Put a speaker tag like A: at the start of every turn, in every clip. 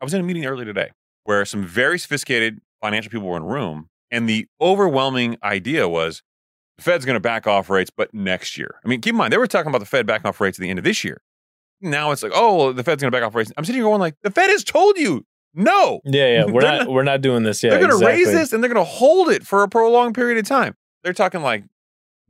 A: I was in a meeting earlier today where some very sophisticated financial people were in a room, and the overwhelming idea was the Fed's going to back off rates, but next year. I mean, keep in mind, they were talking about the Fed backing off rates at the end of this year. Now it's like, oh, well, the Fed's going to back off rates. I'm sitting here going like, the Fed has told you no.
B: Yeah, yeah. We're
A: They're
B: not
A: not-
B: we're not doing this yet.
A: they're going to
B: exactly.
A: raise this and they're going to hold it for a prolonged period of time. They're talking like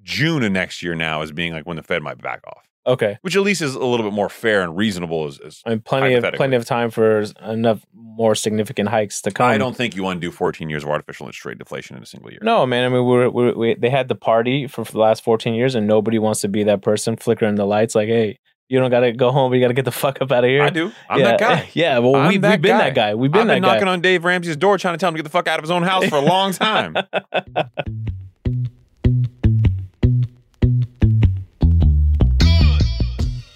A: June of next year now as being like when the Fed might back off,
B: Okay.
A: which at least is a little bit more fair and reasonable. As, as
B: I mean, plenty of
A: Hypothetically.
B: plenty of time for enough more significant hikes to come.
A: I don't think you undo 14 years of artificial interest rate deflation in a single year.
B: No, man. I mean, we're, we're, we they had the party for, for the last 14 years, and nobody wants to be that person flickering the lights. Like, hey, you don't gotta go home. but You gotta get the fuck up out of here.
A: I do. I'm
B: yeah,
A: that guy.
B: Yeah. Well,
A: I'm
B: we, we've
A: that
B: been that guy. We've been
A: I've
B: that
A: been
B: guy.
A: knocking on Dave Ramsey's door trying to tell him to get the fuck out of his own house for a long time.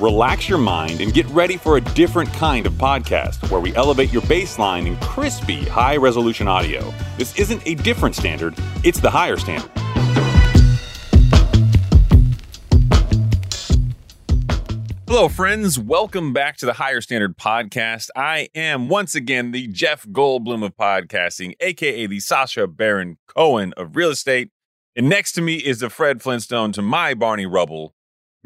A: Relax your mind and get ready for a different kind of podcast where we elevate your baseline in crispy, high resolution audio. This isn't a different standard, it's the higher standard. Hello, friends. Welcome back to the Higher Standard Podcast. I am once again the Jeff Goldblum of podcasting, aka the Sasha Baron Cohen of real estate. And next to me is the Fred Flintstone to my Barney Rubble,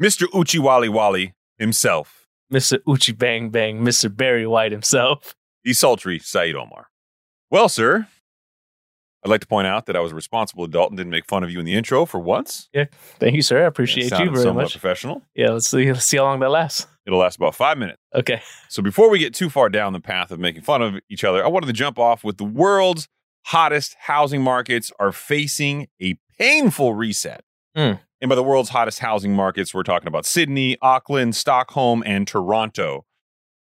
A: Mr. Uchi Wally Wally himself,
B: Mr. Uchi Bang Bang, Mr. Barry White himself.
A: the sultry Saeed Omar. Well, sir, I'd like to point out that I was a responsible adult and didn't make fun of you in the intro for once.
B: Thank you, sir. I appreciate
A: Sounded
B: you very
A: somewhat
B: much.
A: professional.
B: Yeah. Let's see. Let's see how long that lasts.
A: It'll last about five minutes.
B: Okay.
A: So before we get too far down the path of making fun of each other, I wanted to jump off with the world's hottest housing markets are facing a painful reset.
B: Hmm.
A: And by the world's hottest housing markets, we're talking about Sydney, Auckland, Stockholm, and Toronto.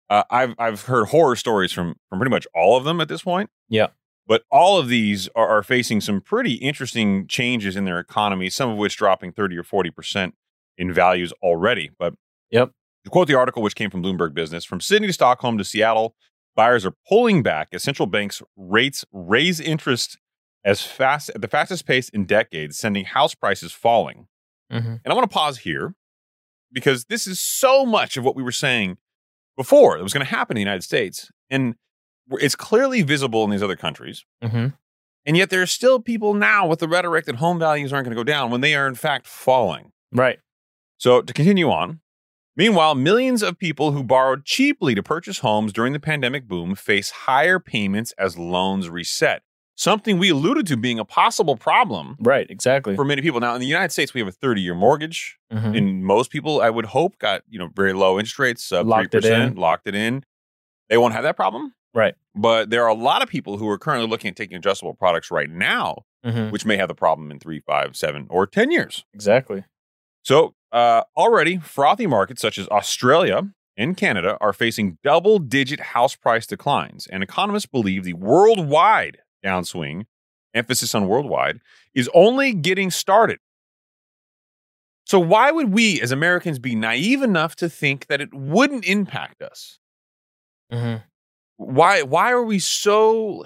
A: Uh, I've I've heard horror stories from from pretty much all of them at this point.
B: Yeah.
A: But all of these are, are facing some pretty interesting changes in their economy, some of which dropping 30 or 40% in values already. But to quote the article, which came from Bloomberg Business, from Sydney to Stockholm to Seattle, buyers are pulling back as central banks rates raise interest as fast at the fastest pace in decades, sending house prices falling.
B: Mm-hmm.
A: And I want to pause here because this is so much of what we were saying before that was going to happen in the United States, and it's clearly visible in these other countries.
B: Mm-hmm.
A: And yet, there are still people now with the rhetoric that home values aren't going to go down when they are in fact falling.
B: Right.
A: So to continue on, meanwhile, millions of people who borrowed cheaply to purchase homes during the pandemic boom face higher payments as loans reset, something we alluded to being a possible problem
B: Right. Exactly.
A: for many people. Now, in the United States, we have a 30 year mortgage.
B: Mhm.
A: And most people, I would hope, got you know very low interest rates, sub
B: Locked it
A: 3%,
B: in.
A: locked it in. They won't have that problem.
B: Right.
A: But there are a lot of people who are currently looking at taking adjustable products right now,
B: Mhm.
A: which may have the problem in three, five, seven, or 10 years.
B: Exactly.
A: So, uh, already frothy markets such as Australia and Canada are facing double digit house price declines. And economists believe the worldwide downswing, emphasis on worldwide, is only getting started. So, why would we as Americans be naive enough to think that it wouldn't impact us?
B: Mm-hmm.
A: why why are we so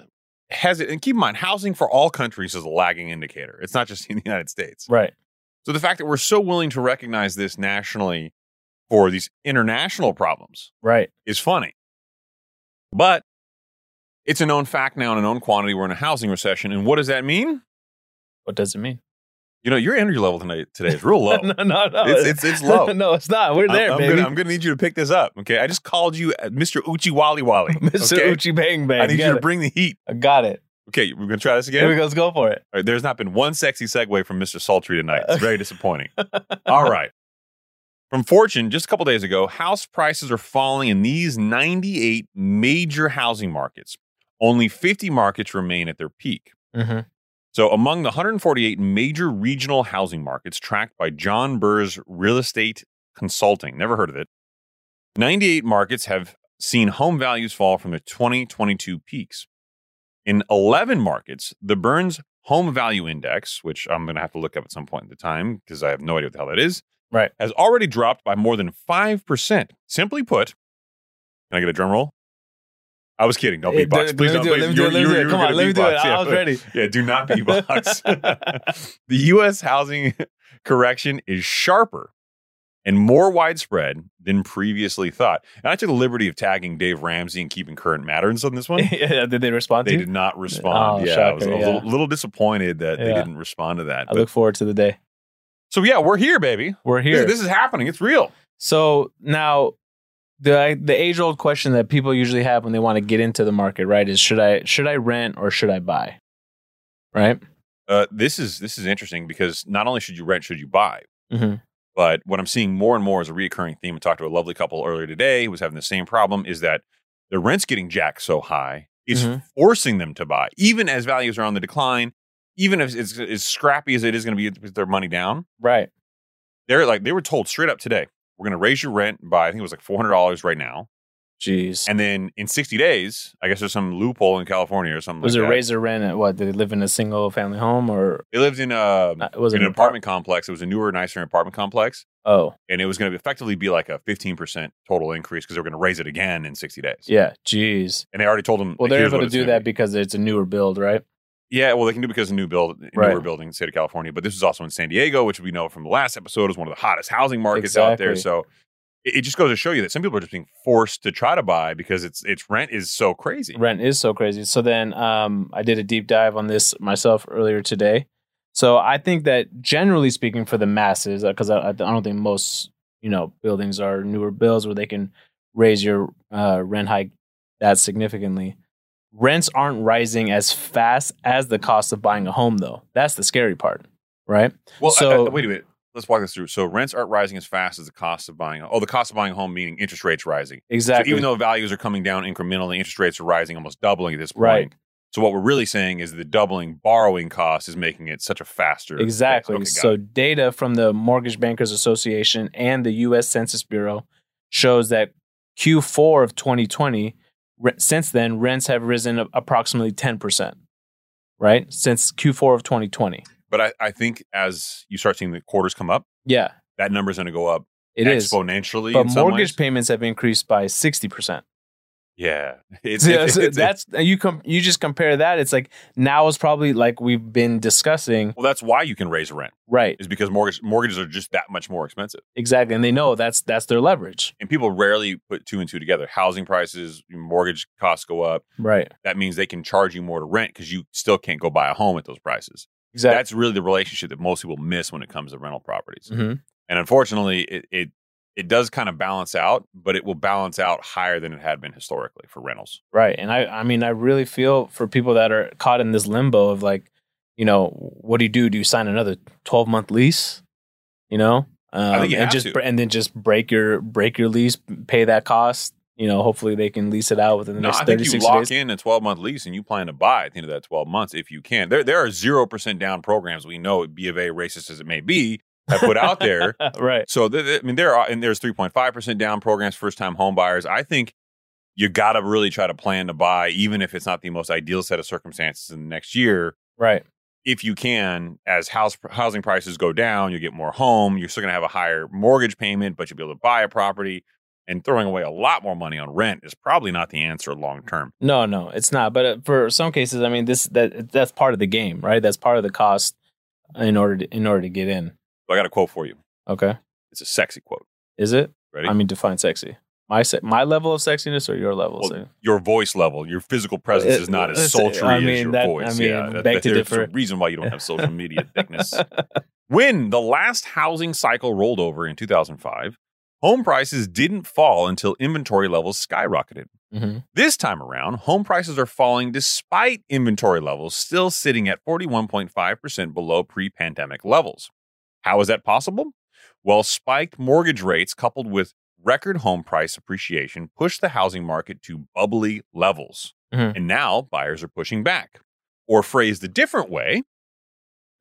A: hesitant and keep in mind housing for all countries is a lagging indicator it's not just in the united states
B: Right.
A: so the fact that we're so willing to recognize this nationally for these international problems
B: Right.
A: is funny but it's a known fact now and a known quantity we're in a housing recession and what does that mean
B: What does it mean?
A: you know your energy level tonight today is real low
B: no, no, no.
A: it's, it's it's low
B: no, it's not. We're there,
A: I'm, I'm
B: baby.
A: gonna, I'm gonna need you to pick this up okay i just called you uh, mr uchi wally wally
B: Mr.
A: okay?
B: Uchi Bang Bang.
A: i need
B: got
A: you to
B: it.
A: bring the heat
B: I got it.
A: Okay, we're gonna try this again.
B: Here we go. Let's go for it.
A: All right, there's not been one sexy segue from Mr. Sultry tonight. It's very disappointing. All right. From Fortune, just a couple days ago, house prices are falling in these 98 major housing markets. Only 50 markets remain at their peak.
B: Mm-hmm.
A: So, among the 148 major regional housing markets tracked by John Burr's Real Estate Consulting, never heard of it, 98 markets have seen home values fall from the 2022 peaks. In 11 markets, the Burns Home Value Index, which I'm going to have to look up at some point in the time because I have no idea what the hell that is,
B: Right.
A: has already dropped by more than 5%. Simply put, can I get a drum roll? I was kidding. Don't
B: Hey,
A: beatbox.
B: dude,
A: Please
B: Eh, let
A: don't.
B: me do
A: please.
B: it, let me do
A: You
B: it,
A: were-
B: let me do
A: you
B: it.
A: were
B: Come
A: gonna
B: on, let me do
A: beatbox.
B: it. I
A: Yeah,
B: was
A: but-
B: ready.
A: Yeah, do not beatbox. the U.S. housing correction is sharper and more widespread than previously thought. And I took the liberty of tagging Dave Ramsey and keeping current matters on this one.
B: yeah, did they respond
A: They
B: to
A: did
B: you?
A: not respond.
B: Oh,
A: yeah, I was, I was
B: shocker,
A: a
B: yeah.
A: little, little disappointed that they
B: Yeah.
A: didn't respond to that.
B: I
A: But-
B: look forward to the day.
A: so yeah, we're here, baby.
B: We're
A: This-
B: here.
A: This, is happening. It's real.
B: so now the the age old question that people usually have when they want to get into the market, right, is should I should I rent or should I buy? Right?
A: Uh, this is this is interesting because not only should you rent, should you buy.
B: Mhm.
A: But what I'm seeing more and more is a reoccurring theme. I talked to a lovely couple earlier today who was having the same problem is that the rent's getting jacked so high, it's
B: Mhm.
A: forcing them to buy, even as values are on the decline, even if it's as scrappy as it is going to be with their money down.
B: Right.
A: They're like, they were told straight up today, we're going to raise your rent by, I think it was like $400 right now.
B: Jeez.
A: And then in 60 days, I guess there's some loophole in California or something.
B: was it
A: like that.
B: raise their rent at what? Did they live in a single family home or
A: They lived in a,
B: uh, was it
A: in an
B: an apart-
A: apartment complex. It was a newer, nicer apartment complex.
B: Oh,
A: and it was going to effectively be like a 15% total increase because they were going to raise it again in 60 days.
B: yeah. Jeez.
A: And they already told them.
B: Well, they're
A: here's
B: able
A: what
B: to
A: it's
B: do
A: gonna
B: that
A: Be.
B: because it's a newer build, right?
A: Yeah, well, they can do because of new build, newer
B: Right.
A: building in the state of California. But this is also in San Diego, which we know from the last episode is one of the hottest housing markets out there.
B: Exactly.
A: So it, it just goes to show you that some people are just being forced to try to buy because its its rent is so crazy.
B: Rent is so crazy. So then um, I did a deep dive on this myself earlier today. So I think that generally speaking, for the masses, because I, I don't think most you know buildings are newer builds where they can raise your uh, rent hike that significantly. Rents aren't rising as fast as the cost of buying a home, though. That's the scary part, right?
A: Well, I-
B: So-
A: I- wait a minute. Let's walk this through. So rents aren't rising as fast as the cost of buying. Oh, the cost of buying a home meaning interest rates rising.
B: Exactly.
A: So even though values are coming down incrementally, interest rates are rising, almost doubling at this point.
B: Right.
A: So what we're really saying is the doubling borrowing cost is making it such a faster.
B: Exactly.
A: Okay, got
B: so
A: it.
B: data from the Mortgage Bankers Association and the U.S. Census Bureau shows that Q4 of 2020, re- since then, rents have risen a- approximately 10%, right? Since Q4 of 2020.
A: but I, I think as you start seeing the quarters come up,
B: Yeah,
A: that number's going to go up
B: it is.
A: exponentially.
B: But
A: in some ways.
B: mortgage payments have increased by 60%.
A: yeah, it's,
B: So,
A: it's-
B: so
A: it's-
B: that's you com- you just compare that it's like now is probably like we've been discussing
A: well, that's why you can raise rent
B: right
A: is because mortgage mortgages are just that much more expensive,
B: exactly and they know that's that's their leverage
A: and people rarely put two and two together. Housing prices, mortgage costs go up.
B: right
A: That means they can charge you more to rent because you still can't go buy a home at those prices.
B: exactly
A: that's really the relationship that most people miss when it comes to rental properties.
B: Mhm.
A: And unfortunately, it, it it does kind of balance out, but it will balance out higher than it had been historically for rentals.
B: Right. And I I mean I really feel for people that are caught in this limbo of like, you know, what do you do? Do you sign another 12 month lease? You know? Um,
A: think you
B: and
A: have
B: just
A: to.
B: br- and then just break your break your lease, pay that cost. You know, hopefully they can lease it out within the
A: No,
B: next
A: I think you
B: 36
A: lock
B: days.
A: in a 12 month lease and you plan to buy at the end of that 12 months if you can. There there are 0% down programs we know, B of A, racist as it may be, have put out there.
B: right.
A: So, th- th- I mean, there are, and there's 3.5% down programs, first time home buyers. I think you got to really try to plan to buy, even if it's not the most ideal set of circumstances in the next year.
B: Right.
A: if you can, as house housing prices go down, you get more home. You're still going to have a higher mortgage payment, but you'll be able to buy a property. And throwing away a lot more money on rent is probably not the answer long term.
B: No, no, it's not. But uh, for some cases, I mean, this that that's part of the game, right? That's part of the cost in order to, in order to get in.
A: So I got a quote for you.
B: Okay,
A: It's a sexy quote.
B: is it?
A: Ready?
B: I mean, define sexy. My se- my level of sexiness or your level?
A: Well,
B: of sexiness?
A: your voice level, your physical presence
B: Uh,
A: is not as
B: listen,
A: sultry
B: I
A: as
B: mean,
A: your
B: that-
A: voice.
B: I mean,
A: yeah,
B: beg to
A: there's a
B: differ.
A: reason why you don't have social media thickness. When the last housing cycle rolled over in 2005, home prices didn't fall until inventory levels skyrocketed.
B: Mm-hmm.
A: This time around, home prices are falling despite inventory levels still sitting at 41.5% below pre pandemic levels. How is that possible? Well, spiked mortgage rates coupled with record home price appreciation pushed the housing market to bubbly levels.
B: Mhm.
A: And now buyers are pushing back. Or phrased a different way,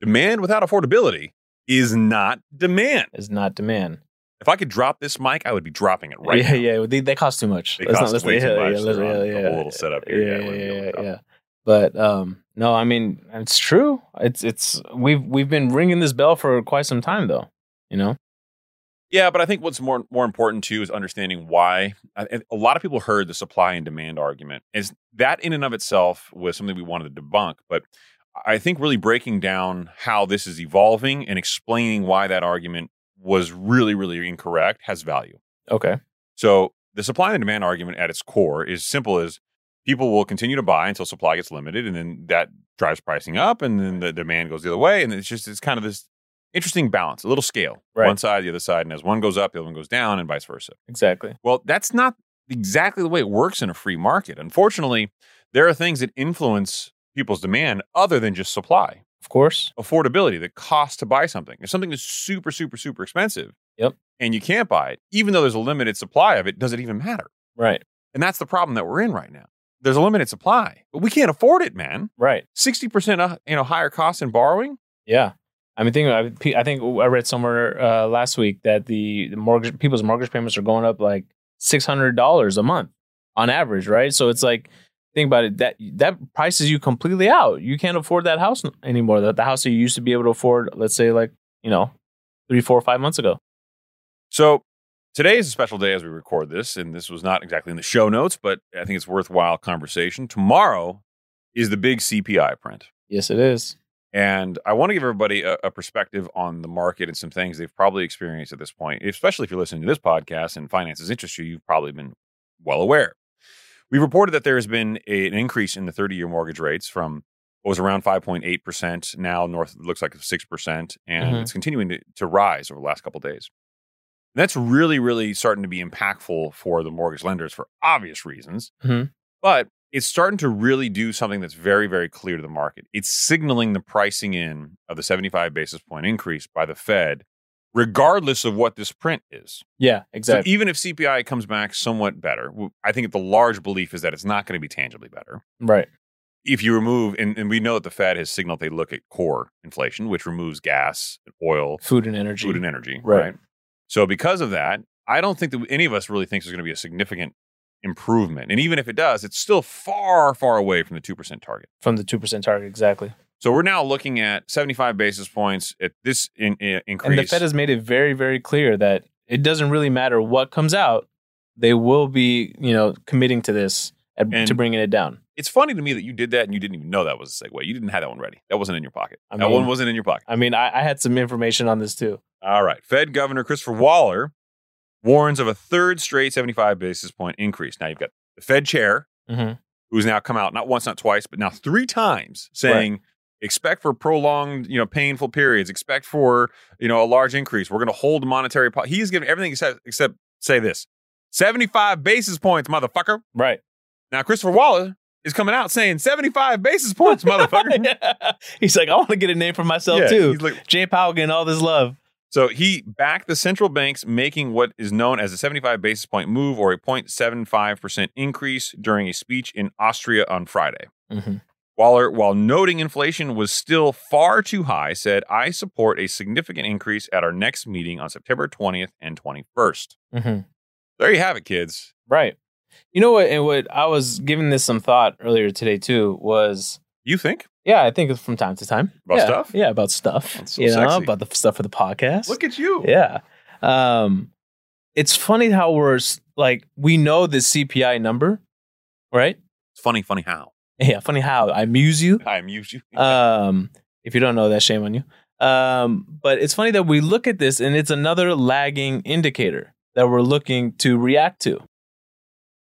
A: demand without affordability is not demand.
B: Is not demand.
A: If I could drop this mic, I would be dropping it right
B: yeah,
A: now.
B: yeah. They, they cost too much.
A: They
B: Let's
A: cost
B: let's-
A: way too much.
B: let's-
A: They're on
B: yeah,
A: a
B: yeah.
A: little setup here. Yeah,
B: Yeah,
A: we're
B: yeah,
A: doing
B: yeah,
A: stuff.
B: yeah. But um, no, I mean it's true. It's it's we've we've been ringing this bell for quite some time though. You know.
A: Yeah, but I think what's more more important too is understanding why I- and a lot of people heard the supply and demand argument. Is that in and of itself was something we wanted to debunk, but I think really breaking down how this is evolving and explaining why that argument was really really incorrect has value.
B: Okay.
A: So, the supply and demand argument at its core is simple as people will continue to buy until supply gets limited and then that drives pricing up and then the demand goes the other way and it's just it's kind of this interesting balance, a little scale.
B: Right.
A: One side, the other side, and as one goes up, the other one goes down and vice versa.
B: Exactly.
A: Well, that's not exactly the way it works in a free market. Unfortunately, there are things that influence people's demand other than just supply
B: Of course.
A: affordability, the cost to buy something. If something is super, super, super expensive,
B: Yep.
A: and you can't buy it, even though there's a limited supply of it, does it even matter?
B: Right.
A: And that's the problem that we're in right now. There's a limited supply, but we can't afford it, man.
B: Right.
A: Sixty percent, you know, higher cost in borrowing.
B: Yeah. I mean, think about it. Pe- I think I read somewhere uh, last week that the, the mortgage people's mortgage payments are going up like six hundred dollars a month on average, right? So it's like think about it that that prices you completely out. You can't afford that house n- anymore. That the house that you used to be able to afford, let's say like you know three, four, five months ago.
A: So today is a special day as we record this, and this was not exactly in the show notes, but I think it's worthwhile conversation. Tomorrow is the big CPI print.
B: Yes, it is.
A: And I want to give everybody a, a perspective on the market and some things they've probably experienced at this point, especially if you're listening to this podcast and finances interest you, you've probably been well aware. We reported that there has been a- an increase in the 30 year mortgage rates from what was around 5.8%, now north, looks like 6%, and
B: Mhm.
A: it's continuing to, to rise over the last couple of days. And that's really, really starting to be impactful for the mortgage lenders for obvious reasons.
B: Mhm.
A: But it's starting to really do something that's very, very clear to the market. It's signaling the pricing in of the 75 basis point increase by the Fed, regardless of what this print is.
B: Yeah,
A: So
B: exactly.
A: e even if CPI comes back somewhat better, w- I think the large belief is that it's not going to be tangibly better.
B: right.
A: If you remove, and, and we know that the Fed has signaled they look at core inflation, which removes gas, oil,
B: Food and energy.
A: food, and energy.
B: Right.
A: So because of that, I don't think that any of us really thinks there's going to be a significant improvement. And even if it does, it's still far, far away from the 2% target.
B: from the two percent target exactly.
A: So we're now looking at 75 basis points at this in, in- increase.
B: And the Fed has made it very, very clear that it doesn't really matter what comes out. They will be, you know, committing to this and
A: And-
B: to bringing it down.
A: it's funny to me that you did that and you didn't even know that was a segue. You didn't have that one ready. That wasn't in your pocket.
B: I
A: that
B: mean-
A: one wasn't in your pocket.
B: I mean, I, I had some information on this too.
A: All right. Fed Governor Christopher Waller warns of a third straight 75 basis point increase. Now you've got the Fed chair
B: Mhm.
A: who's now come out not once, not twice, but now three times saying expect for prolonged, you know, painful periods, expect for, you know, a large increase. We're going to hold monetary po- He's given everything except, except say this. 75 basis points, motherfucker.
B: Right.
A: Now Christopher Waller is coming out saying 75 basis points, motherfucker.
B: He's like, I want to get a name for myself
A: Yeah,
B: too.
A: he's like-
B: Jay Powell getting all this love.
A: so he backed the central banks making what is known as a 75 basis point move or a 0.75% increase during a speech in Austria on Friday.
B: Mm-hmm.
A: Waller, while noting inflation was still far too high, said, I support a significant increase at our next meeting on September 20th and 21st.
B: Mm-hmm.
A: There you have it, kids.
B: Right. You know what? And what I was giving this some thought earlier today too was,
A: You think?
B: yeah, I think it's from time to time
A: About
B: Yeah.
A: stuff?
B: Yeah, about stuff.
A: That's so
B: you know,
A: sexy.
B: about the stuff for the podcast.
A: at you.
B: Yeah. Um, it's funny how we're s- like we know the CPI number, right?
A: It's funny, funny how.
B: Yeah, funny how I amuse you.
A: I amuse you.
B: Um, if you don't know that, shame on you. Um, but it's funny that we look at this and it's another lagging indicator that we're looking to react to,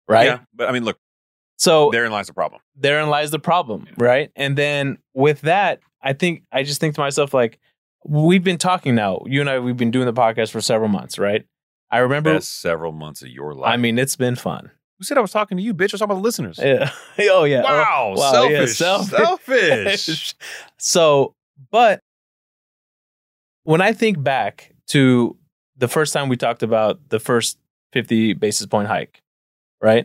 B: right?
A: Yeah. But I mean, look,
B: So
A: therein lies the problem.
B: therein lies the problem, right? And then with that, I think I just think to myself like we've been talking now. You and I we've been doing the podcast for several months, right? I remember
A: Best several months of your life.
B: I mean, it's been fun.
C: Who said I was talking to you, bitch? I was talking about the listeners.
B: Yeah. oh yeah.
C: Wow,
B: wow, yeah,
C: selfish,
B: selfish.
C: selfish.
B: so, but when I think back to the first time we talked about the first 50 basis point hike, right?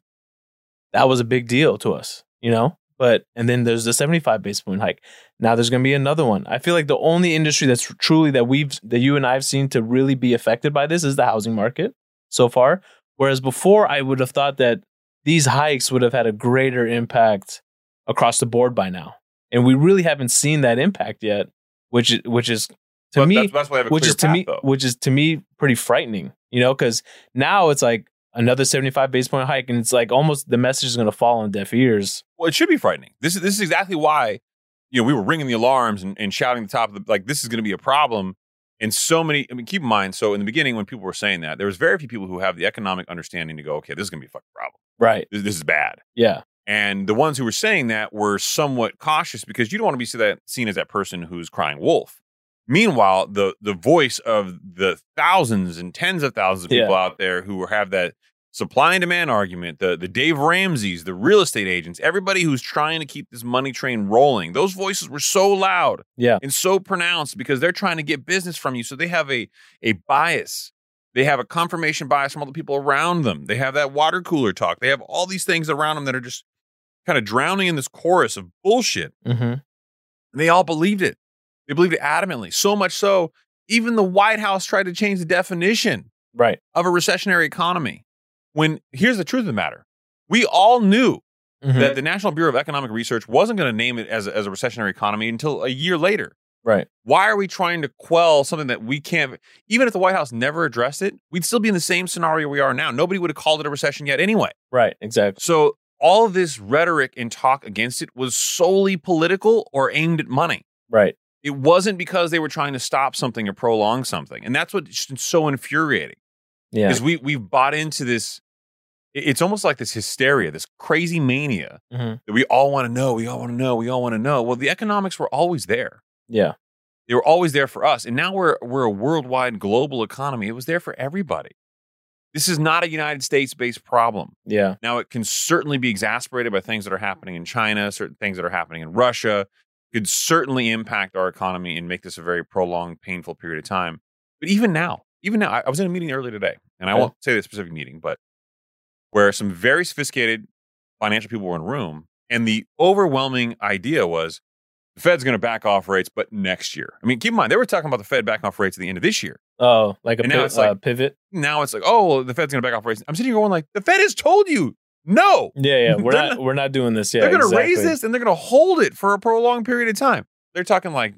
B: That was a big deal to us, you know? But, and then there's the 75 basis point hike. Now there's going to be another one. I feel like the only industry that's truly that we've, that you and I have seen to really be affected by this is the housing market so far. Whereas before, I would have thought that these hikes would have had a greater impact across the board by now. And we really haven't seen that impact yet, which, is- which is to
A: But
B: me,
A: that's, that's why I have a
B: which
A: clear
B: is to
A: path,
B: me
A: though.
B: which is to me pretty frightening you know because now it's like another 75 base point hike and it's like almost the message is going to fall on deaf ears
A: well, it should be frightening. This is this is exactly why you know we were ringing the alarms and, and shouting at the top of the like this is going to be a problem. And so many, I mean, keep in mind. So in the beginning, when people were saying that, there was very few people who have the economic understanding to go, okay, this is going to be a fucking problem.
B: right
A: This, this is bad.
B: yeah
A: And the ones who were saying that were somewhat cautious because you don't want to be see that, seen as that person who's crying wolf. Meanwhile, the the voice of the thousands and tens of thousands of
B: Yeah.
A: people out there who have that supply and demand argument, the the Dave Ramsey's, the real estate agents, everybody who's trying to keep this money train rolling, those voices were so loud
B: Yeah.
A: and so pronounced because they're trying to get business from you. So they have a a bias they have a confirmation bias from all the people around them. They have that water cooler talk. They have all these things around them that are just kind of drowning in this chorus of bullshit.
B: mm-hmm.
A: And they all believed it. They believed it adamantly. So much so, even the White House tried to change the definition
B: right
A: of a recessionary economy. When here's the truth of the matter we all knew
B: Mhm.
A: that the National Bureau of Economic Research wasn't going to name it as a, as a recessionary economy until a year later.
B: right
A: Why are we trying to quell something that we can't? Even if the White House never addressed it, we'd still be in the same scenario we are now. Nobody would have called it a recession yet, anyway.
B: right exactly
A: So all of this rhetoric and talk against it was solely political or aimed at money.
B: right
A: It wasn't because they were trying to stop something or prolong something, and that's what's just so infuriating
B: yeah
A: because we we've bought into this. it- It's almost like this hysteria, this crazy mania
B: Mhm.
A: that we all want to know. We all want to know. We all want to know. Well, the economics were always there
B: yeah
A: they were always there for us and now we're we're a worldwide global economy it was there for everybody this is not a united states based problem
B: yeah
A: now it can certainly be exacerbated by things that are happening in china certain things that are happening in russia could certainly impact our economy and make this a very prolonged painful period of time but even now even now i, I was in a meeting earlier today and i
B: Okay.
A: won't say the specific meeting but where some very sophisticated financial people were in a room and the overwhelming idea was the Fed's going to back off rates, but next year. I mean, keep in mind, they were talking about the Fed back off rates at the end of this year.
B: oh like a
A: And now
B: pi-
A: it's like-
B: uh, pivot
A: Now it's like, oh, well, the Fed's going to back off rates. I'm sitting here going like, the Fed has told you, no,
B: yeah yeah we're
A: They're
B: not we're not doing this yeah
A: they're going to
B: exactly.
A: raise this and they're going to hold it for a prolonged period of time. They're talking like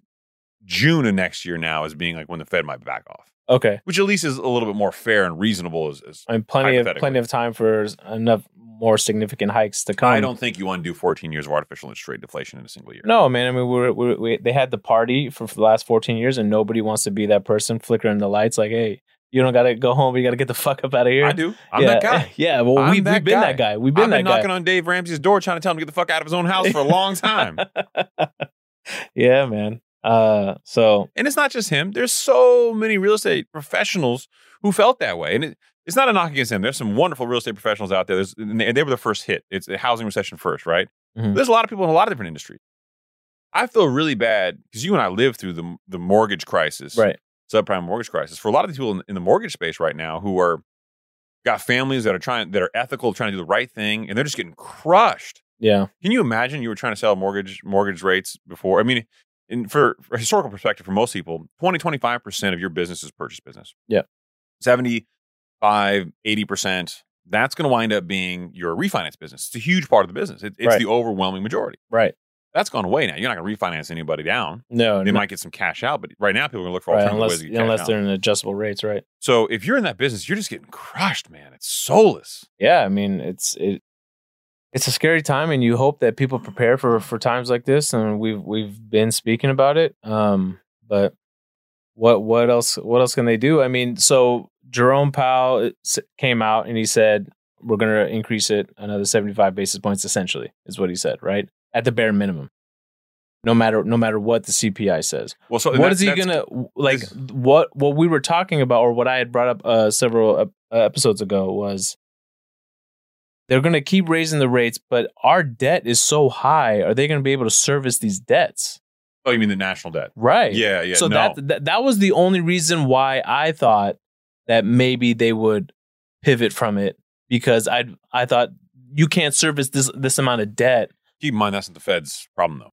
A: June of next year now as being like when the Fed might back off,
B: okay
A: which at least is a little bit more fair and reasonable. As, as
B: i mean plenty of
A: Hypothetically.
B: plenty of time for enough more significant hikes to come
A: I don't think you undo 14 years of artificial interest rate deflation in a single year.
B: No, man. I mean, we're, we're, we they had the party for, for the last 14 years, and nobody wants to be that person flickering the lights. Like, hey, you don't gotta go home. You gotta get the fuck up out of here.
A: I do. I'm
B: yeah,
A: that guy.
B: Yeah. Well,
A: I'm
B: we, we've
A: that
B: been
A: guy.
B: that guy. We've
A: I've
B: been
A: been
B: that
A: knocking on Dave Ramsey's door trying to tell him to get the fuck out of his own house for a long time.
B: guy. Yeah, man. Uh, so
A: And it's not just him. There's so many real estate professionals who felt that way. And it, it's not a knock against him. There's some wonderful real estate professionals out there. There's, and they, they were the first hit. It's the housing recession first, right?
B: Mhm.
A: There's a lot of people in a lot of different industries. I feel really bad because you and I lived through the, the mortgage crisis,
B: right.
A: subprime mortgage crisis. For a lot of these people in, in the mortgage space right now who are got families that are trying that are ethical, trying to do the right thing, and they're just getting crushed.
B: Yeah.
A: Can you imagine you were trying to sell mortgage mortgage rates before? I mean, in, for, for a historical perspective, for most people, 20, 25% of your business is purchase business.
B: Yeah.
A: 75, 80%, that's going to wind up being your refinance business. It's a huge part of the business. It, it's
B: Right.
A: the overwhelming majority.
B: Right.
A: That's gone away now. You're not going to refinance anybody down.
B: No.
A: They
B: no
A: might get some cash out, but right now people are going to look for
B: right,
A: alternative
B: unless
A: ways to get cash
B: unless
A: out.
B: they're in adjustable rates, right?
A: So if you're in that business, you're just getting crushed, man. It's soulless.
B: Yeah. I mean, it's it. It's a scary time, and you hope that people prepare for for times like this. And we've we've been speaking about it. Um, but what what else what else can they do? I mean, so Jerome Powell uh, s- came out and he said we're going to increase it another 75 basis points essentially is what he said, right? At the bare minimum. No matter no matter what the CPI says.
A: Well, so
B: what
A: that-
B: is he
A: that's-
B: going to like
A: this-
B: what what we were talking about or what I had brought up uh, several ep- uh, episodes ago was They're going to keep raising the rates, but our debt is so high. Are they going to be able to service these debts?
A: Oh, you mean the national debt?
B: Right.
A: Yeah, yeah.
B: so
A: no.
B: that, that that was the only reason why I thought that maybe they would pivot from it because I I thought you can't service this this amount of debt.
A: keep in mind that's not the Fed's problem though.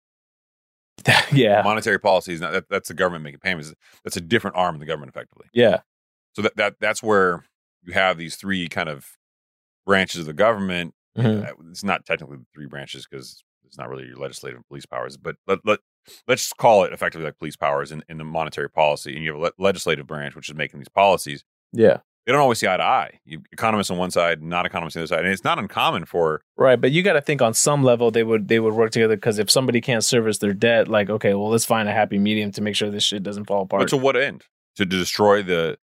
B: yeah.
A: Monetary policy is not that, that's the government making payments. That's a different arm of the government, effectively.
B: Yeah.
A: So that, that that's where you have these three kind of branches of the government.
B: Mhm.
A: Uh, It's not technically the three branches because it's not really your legislative and police powers, but let, let let's call it effectively like police powers in, in the monetary policy. And you have a le- legislative branch which is making these policies.
B: Yeah.
A: They don't always see eye to eye. You, economists on one side, not economists on the other side, and it's not uncommon for
B: Right, but you got to think on some level they would they would work together because if somebody can't service their debt, like okay, well let's find a happy medium to make sure this shit doesn't fall apart.
A: But to what end? To destroy the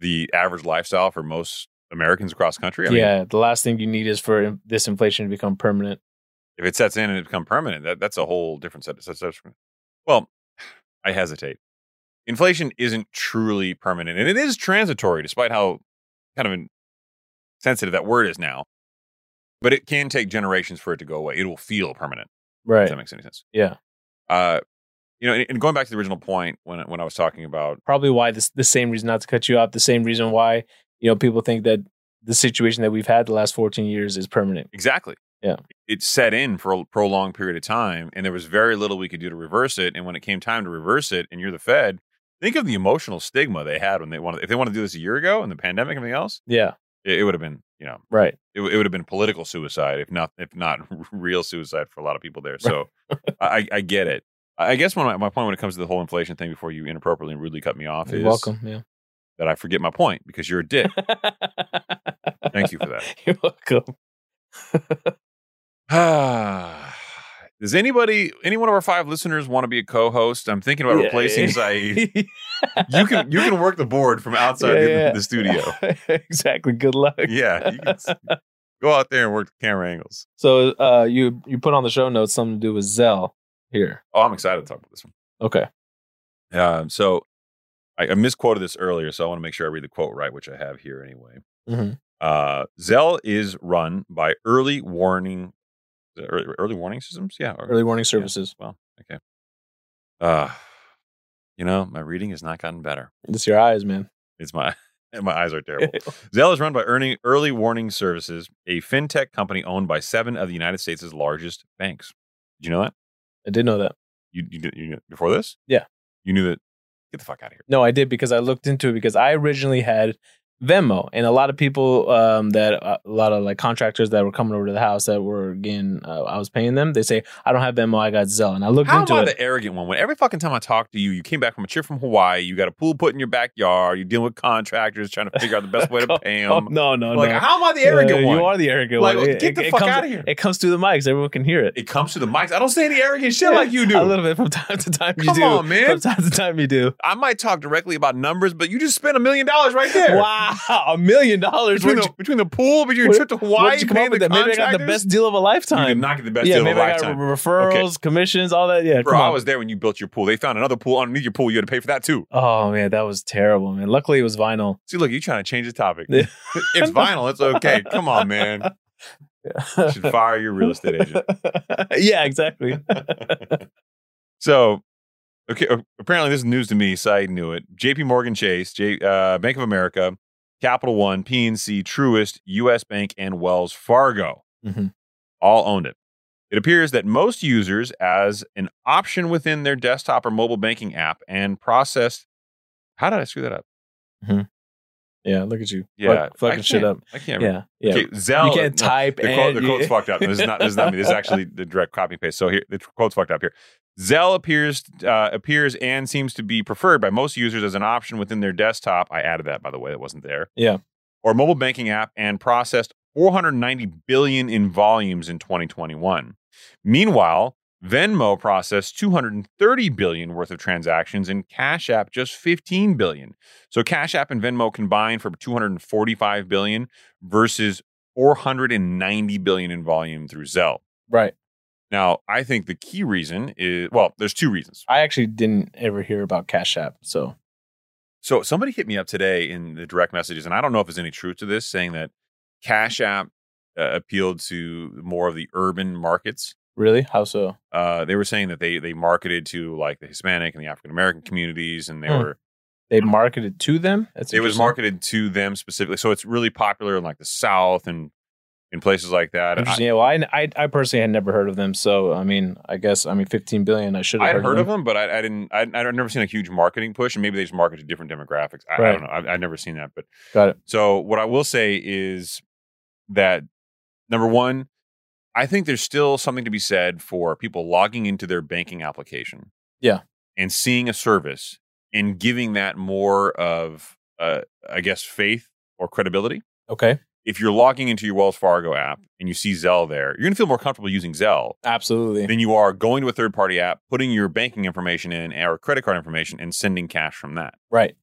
A: the average lifestyle for most Americans across the country? I mean,
B: yeah, the last thing you need is for in- this inflation to become permanent.
A: if it sets in and it become permanent, that, that's a whole different set of sets of- Well, I hesitate. Inflation isn't truly permanent, and it is transitory, despite how kind of sensitive that word is now. But it can take generations for it to go away. It will feel permanent. If
B: Right.
A: that makes any sense.
B: Yeah.
A: Uh, you know, and, and going back to the original point when when I was talking about
B: Probably why this the same reason not to cut you off. The same reason why you know people think that the situation that we've had the last fourteen years is permanent.
A: Exactly.
B: Yeah.
A: It set in for a prolonged period of time, and there was very little we could do to reverse it. And when it came time to reverse it, and you're the Fed, think of the emotional stigma they had when they wanted, if they wanted to do this a year ago in the pandemic and everything else,
B: Yeah.
A: it, it would have been, you know,
B: Right.
A: it, w- it would have been political suicide, if not, if not real suicide for a lot of people there. So I, I get it. I I guess one of my, my point when it comes to the whole inflation thing before you inappropriately and rudely cut me off
B: You're
A: is
B: welcome. Yeah.
A: that I forget my point because you're a dick. Thank you for that.
B: You're welcome.
A: Does anybody, any one of our five listeners, want to be a co-host? I'm thinking about
B: Yeah.
A: replacing Saeed. You can you can work the board from outside
B: Yeah,
A: the,
B: yeah.
A: the studio.
B: exactly. Good luck.
A: Yeah, you can s- go out there and work the camera angles.
B: So uh, you you put on the show notes something to do with Zell here.
A: Oh, I'm excited to talk about this one.
B: Okay.
A: Um, so I, I misquoted this earlier, so I want to make sure I read the quote right, which I have here anyway.
B: Mm-hmm.
A: Uh, Zell is run by early warning, is it early, early warning systems. Yeah, or-
B: Early warning services.
A: Well, okay. Uh, you know, my reading has not gotten better.
B: It's your eyes, man.
A: It's my my eyes are terrible. Zelle is run by Earning Early Warning Services, a fintech company owned by seven of the United States' largest banks. Did you know that?
B: I did know that.
A: You, you, knew- you knew before this?
B: Yeah.
A: You knew that. Get the fuck out of here.
B: No, I did because I looked into it because I originally had Venmo, and a lot of people um, that a lot of like contractors that were coming over to the house that were getting uh, I was paying them. They say I don't have Venmo, I got Zelle, and I looked
A: How am
B: into
A: I
B: it.
A: the arrogant one? When every fucking time I talk to you, you came back from a trip from Hawaii, you got a pool put in your backyard, you're dealing with contractors trying to figure out the best way to pay
B: Oh,
A: them.
B: no, no,
A: like,
B: no.
A: how am I the arrogant
B: Uh,
A: one?
B: You are the arrogant
A: Like,
B: one.
A: get the fuck
B: comes-
A: outta here.
B: It comes through the mics. Everyone can hear it.
A: it comes to the mics. I don't say any arrogant shit like you do.
B: A little bit from time to time. You
A: Come
B: do.
A: on, man.
B: From time to time, you do.
A: I might talk directly about numbers, but you just spent a million dollars right there.
B: Wow, a million dollars.
A: Between
B: Where'd
A: the,
B: you-
A: between the pool, between your
B: Where-
A: trip to Hawaii,
B: where'd you come
A: paying
B: up with
A: the
B: that? Maybe I got the
A: contractors?
B: best deal of a
A: You did
B: lifetime.
A: not get the best
B: yeah,
A: deal of
B: maybe
A: a
B: I got
A: lifetime.
B: referrals, commissions, all that. Yeah,
A: Bro,
B: come
A: I
B: on.
A: was there when you built your pool. They found another pool underneath your pool. You had to pay for that too.
B: oh man, that was terrible, man. Luckily, it was vinyl.
A: See, look, you trying to change the topic.
B: Yeah.
A: it's vinyl. It's okay. Come on, man. You should fire your real estate agent.
B: yeah, exactly.
A: So, okay, a- apparently this is news to me. Saeed knew it. J.P. Morgan Chase, J, uh, Bank of America, Capital One, PNC, Truist, U.S. Bank, and Wells Fargo
B: Mhm.
A: all owned it. It appears that most users, as an option within their desktop or mobile banking app, and processed. How did I screw that up?
B: yeah, look at you.
A: Yeah,
B: Fuck, fucking
A: I
B: shit up.
A: can't- I can't. remember.
B: Yeah, yeah.
A: Okay, Zelle.
B: you can't
A: no.
B: type.
A: The, quote,
B: and
A: the quote's
B: you-
A: fucked up. This is not. This is not me. This is actually the direct copy and paste. So here, the quote's fucked up here. Zelle appears uh, appears and seems to be preferred by most users as an option within their desktop. I added that by the way. That wasn't there.
B: Yeah.
A: Or mobile banking app and processed 490 billion in volumes in 2021. Meanwhile, Venmo processed 230 billion worth of transactions and Cash App just 15 billion. So Cash App and Venmo combined for 245 billion versus 490 billion in volume through Zelle.
B: right.
A: Now, I think the key reason is well, there's two reasons.
B: I actually didn't ever hear about Cash App, so
A: So somebody hit me up today in the direct messages, and I don't know if there's any truth to this, saying that Cash App uh, appealed to more of the urban markets.
B: Really? How so?
A: Uh, they were saying that they they marketed to like the Hispanic and the African American communities, and they
B: Hmm.
A: were
B: They marketed to them. That's
A: it was
B: interesting.
A: marketed to them specifically. So it's really popular in like the South and in places like that. I,
B: Interesting. yeah, well, I, I I personally had never heard of them, so I mean, I guess I mean, fifteen billion. I should have
A: I'd
B: heard,
A: heard of them, but I, I didn't. I, I'd never seen a huge marketing push, and maybe they just market to different demographics. I, I
B: Right.
A: don't know. I've, I've never seen that, but
B: Got it.
A: So what I will say is that number one, I think there's still something to be said for people logging into their banking application,
B: Yeah.
A: and seeing a service and giving that more of, uh, I guess, faith or credibility.
B: Okay,
A: If you're logging into your Wells Fargo app and you see Zelle there, you're gonna feel more comfortable using Zelle
B: absolutely.
A: than you are going to a third party app, putting your banking information in or credit card information, and sending cash from that.
B: Right.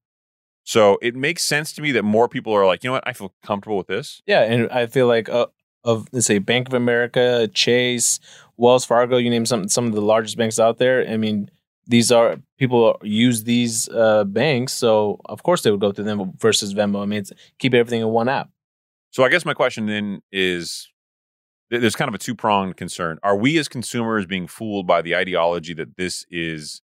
A: So it makes sense to me that more people are like, you know what, I feel comfortable with this.
B: Yeah, and I feel like uh, of let's say Bank of America, Chase, Wells Fargo, you name some some of the largest banks out there. I mean, these are people use these uh, banks, so of course they would go through them versus Venmo. I mean, it's keep everything in one app.
A: So I guess my question then is th- there's kind of a two pronged concern. Are we as consumers being fooled by the ideology that this is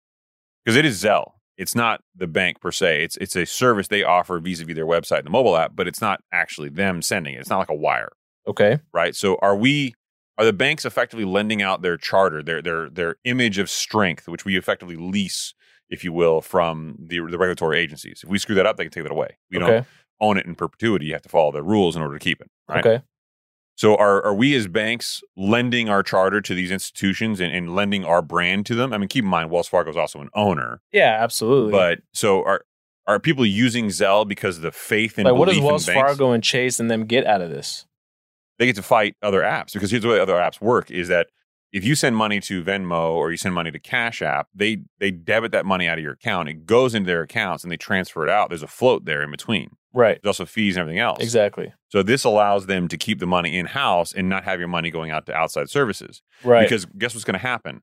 A: because it is Zelle? It's not the bank per se. It's it's a service they offer vis-a-vis their website and the mobile app, but it's not actually them sending it. It's not like a wire,
B: Okay,
A: right? So are we are the banks effectively lending out their charter, their their their image of strength, which we effectively lease, if you will, from the the regulatory agencies? If we screw that up, they can take that away. We
B: okay,
A: don't own it in perpetuity. You have to follow the rules in order to keep it. Right?
B: okay.
A: So are are we as banks lending our charter to these institutions and, and lending our brand to them? I mean, keep in mind Wells Fargo is also an owner,
B: Yeah, absolutely.
A: but so are are people using Zelle because of the faith and
B: like, what
A: belief
B: does Wells
A: in banks?
B: Fargo and Chase and them get out of this?
A: They get to fight other apps because here's the way other apps work: is that if you send money to Venmo or you send money to Cash App, they they debit that money out of your account. It goes into their accounts and they transfer it out. There's a float there in between.
B: Right.
A: There's also fees and everything else.
B: Exactly.
A: So this allows them to keep the money in house and not have your money going out to outside services.
B: Right.
A: Because guess what's going to happen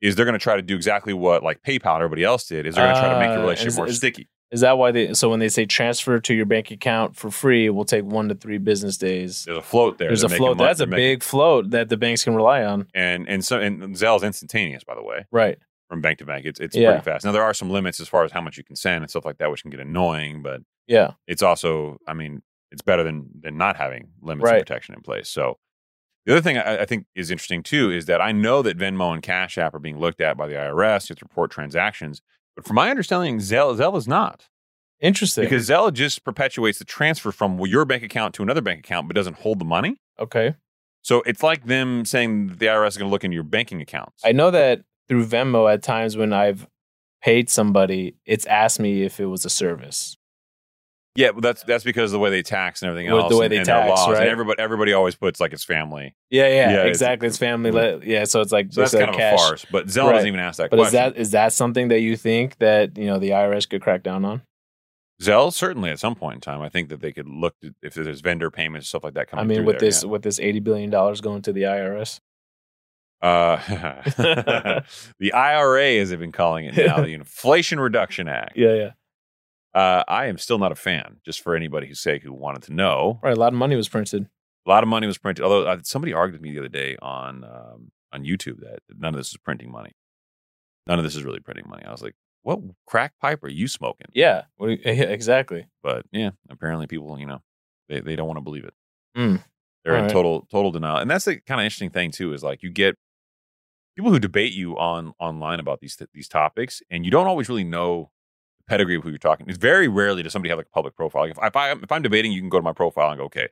A: is they're going to try to do exactly what like PayPal and everybody else did. Is they're going to try to make your
B: Uh,
A: relationship
B: is-
A: more
B: is-
A: sticky.
B: Is that why they? So when they say transfer to your bank account for free, it will take one to three business days.
A: There's a float there.
B: There's
A: They're
B: a
A: making
B: float.
A: mon-
B: That's a
A: they're making-
B: big float that the banks can rely on.
A: and and so and Zelle's instantaneous by the way
B: Right.
A: from bank to bank. It's it's
B: Yeah.
A: pretty fast. Now there are some limits as far as how much you can send and stuff like that, which can get annoying. But
B: Yeah.
A: it's also I mean it's better than than not having limits
B: Right.
A: and protection in place. So. The other thing I, I think is interesting too is that I know that Venmo and Cash App are being looked at by the IRS. You have to report transactions, but from my understanding, Zelle, Zelle is not.
B: Interesting.
A: Because Zelle just perpetuates the transfer from your bank account to another bank account, but doesn't hold the money.
B: okay,
A: So it's like them saying that the IRS is going to look into your banking accounts.
B: I know that through Venmo, at times when I've paid somebody, it's asked me if it was a service.
A: yeah, but that's that's because of the way they tax and everything
B: With
A: else,
B: the way
A: and,
B: they
A: and their
B: tax,
A: laws,
B: right?
A: and everybody everybody always puts like it's family.
B: Yeah, yeah,
A: Yeah, it's-
B: exactly. It's, family.
A: Mm.
B: le- yeah, so it's like
A: So that's
B: it's like
A: kind of
B: cash.
A: a farce. But Zelle
B: Right.
A: doesn't even ask that
B: But is
A: question.
B: that is that something that you think that you know the IRS could crack down on?
A: Zelle certainly at some point in time, I think that they could look to, if there's vendor payments stuff like that
B: I
A: coming.
B: mean,
A: through
B: with
A: there,
B: this with this eighty billion dollars going to the IRS.
A: yeah. uh, the IRA, as they've been calling it now, the Inflation Reduction Act.
B: Yeah, yeah.
A: Uh, I am still not a fan. Just for anybody who's sake who wanted to know,
B: Right, a lot of money was printed.
A: a lot of money was printed. Although uh, somebody argued with me the other day on um, on YouTube that none of this is printing money. None of this is really printing money. I was like, "What crack pipe are you smoking?"
B: Yeah, what do you- yeah, exactly.
A: But yeah, apparently people, you know, they they don't want to believe it.
B: Mm.
A: They're in
B: All right.
A: total total denial, and that's the kind of interesting thing too. Is like you get people who debate you on online about these these topics, and you don't always really know the pedigree of who you're talking. It's very rarely does somebody have like a public profile. Like if, if I if I'm debating, you can go to my profile and go, okay,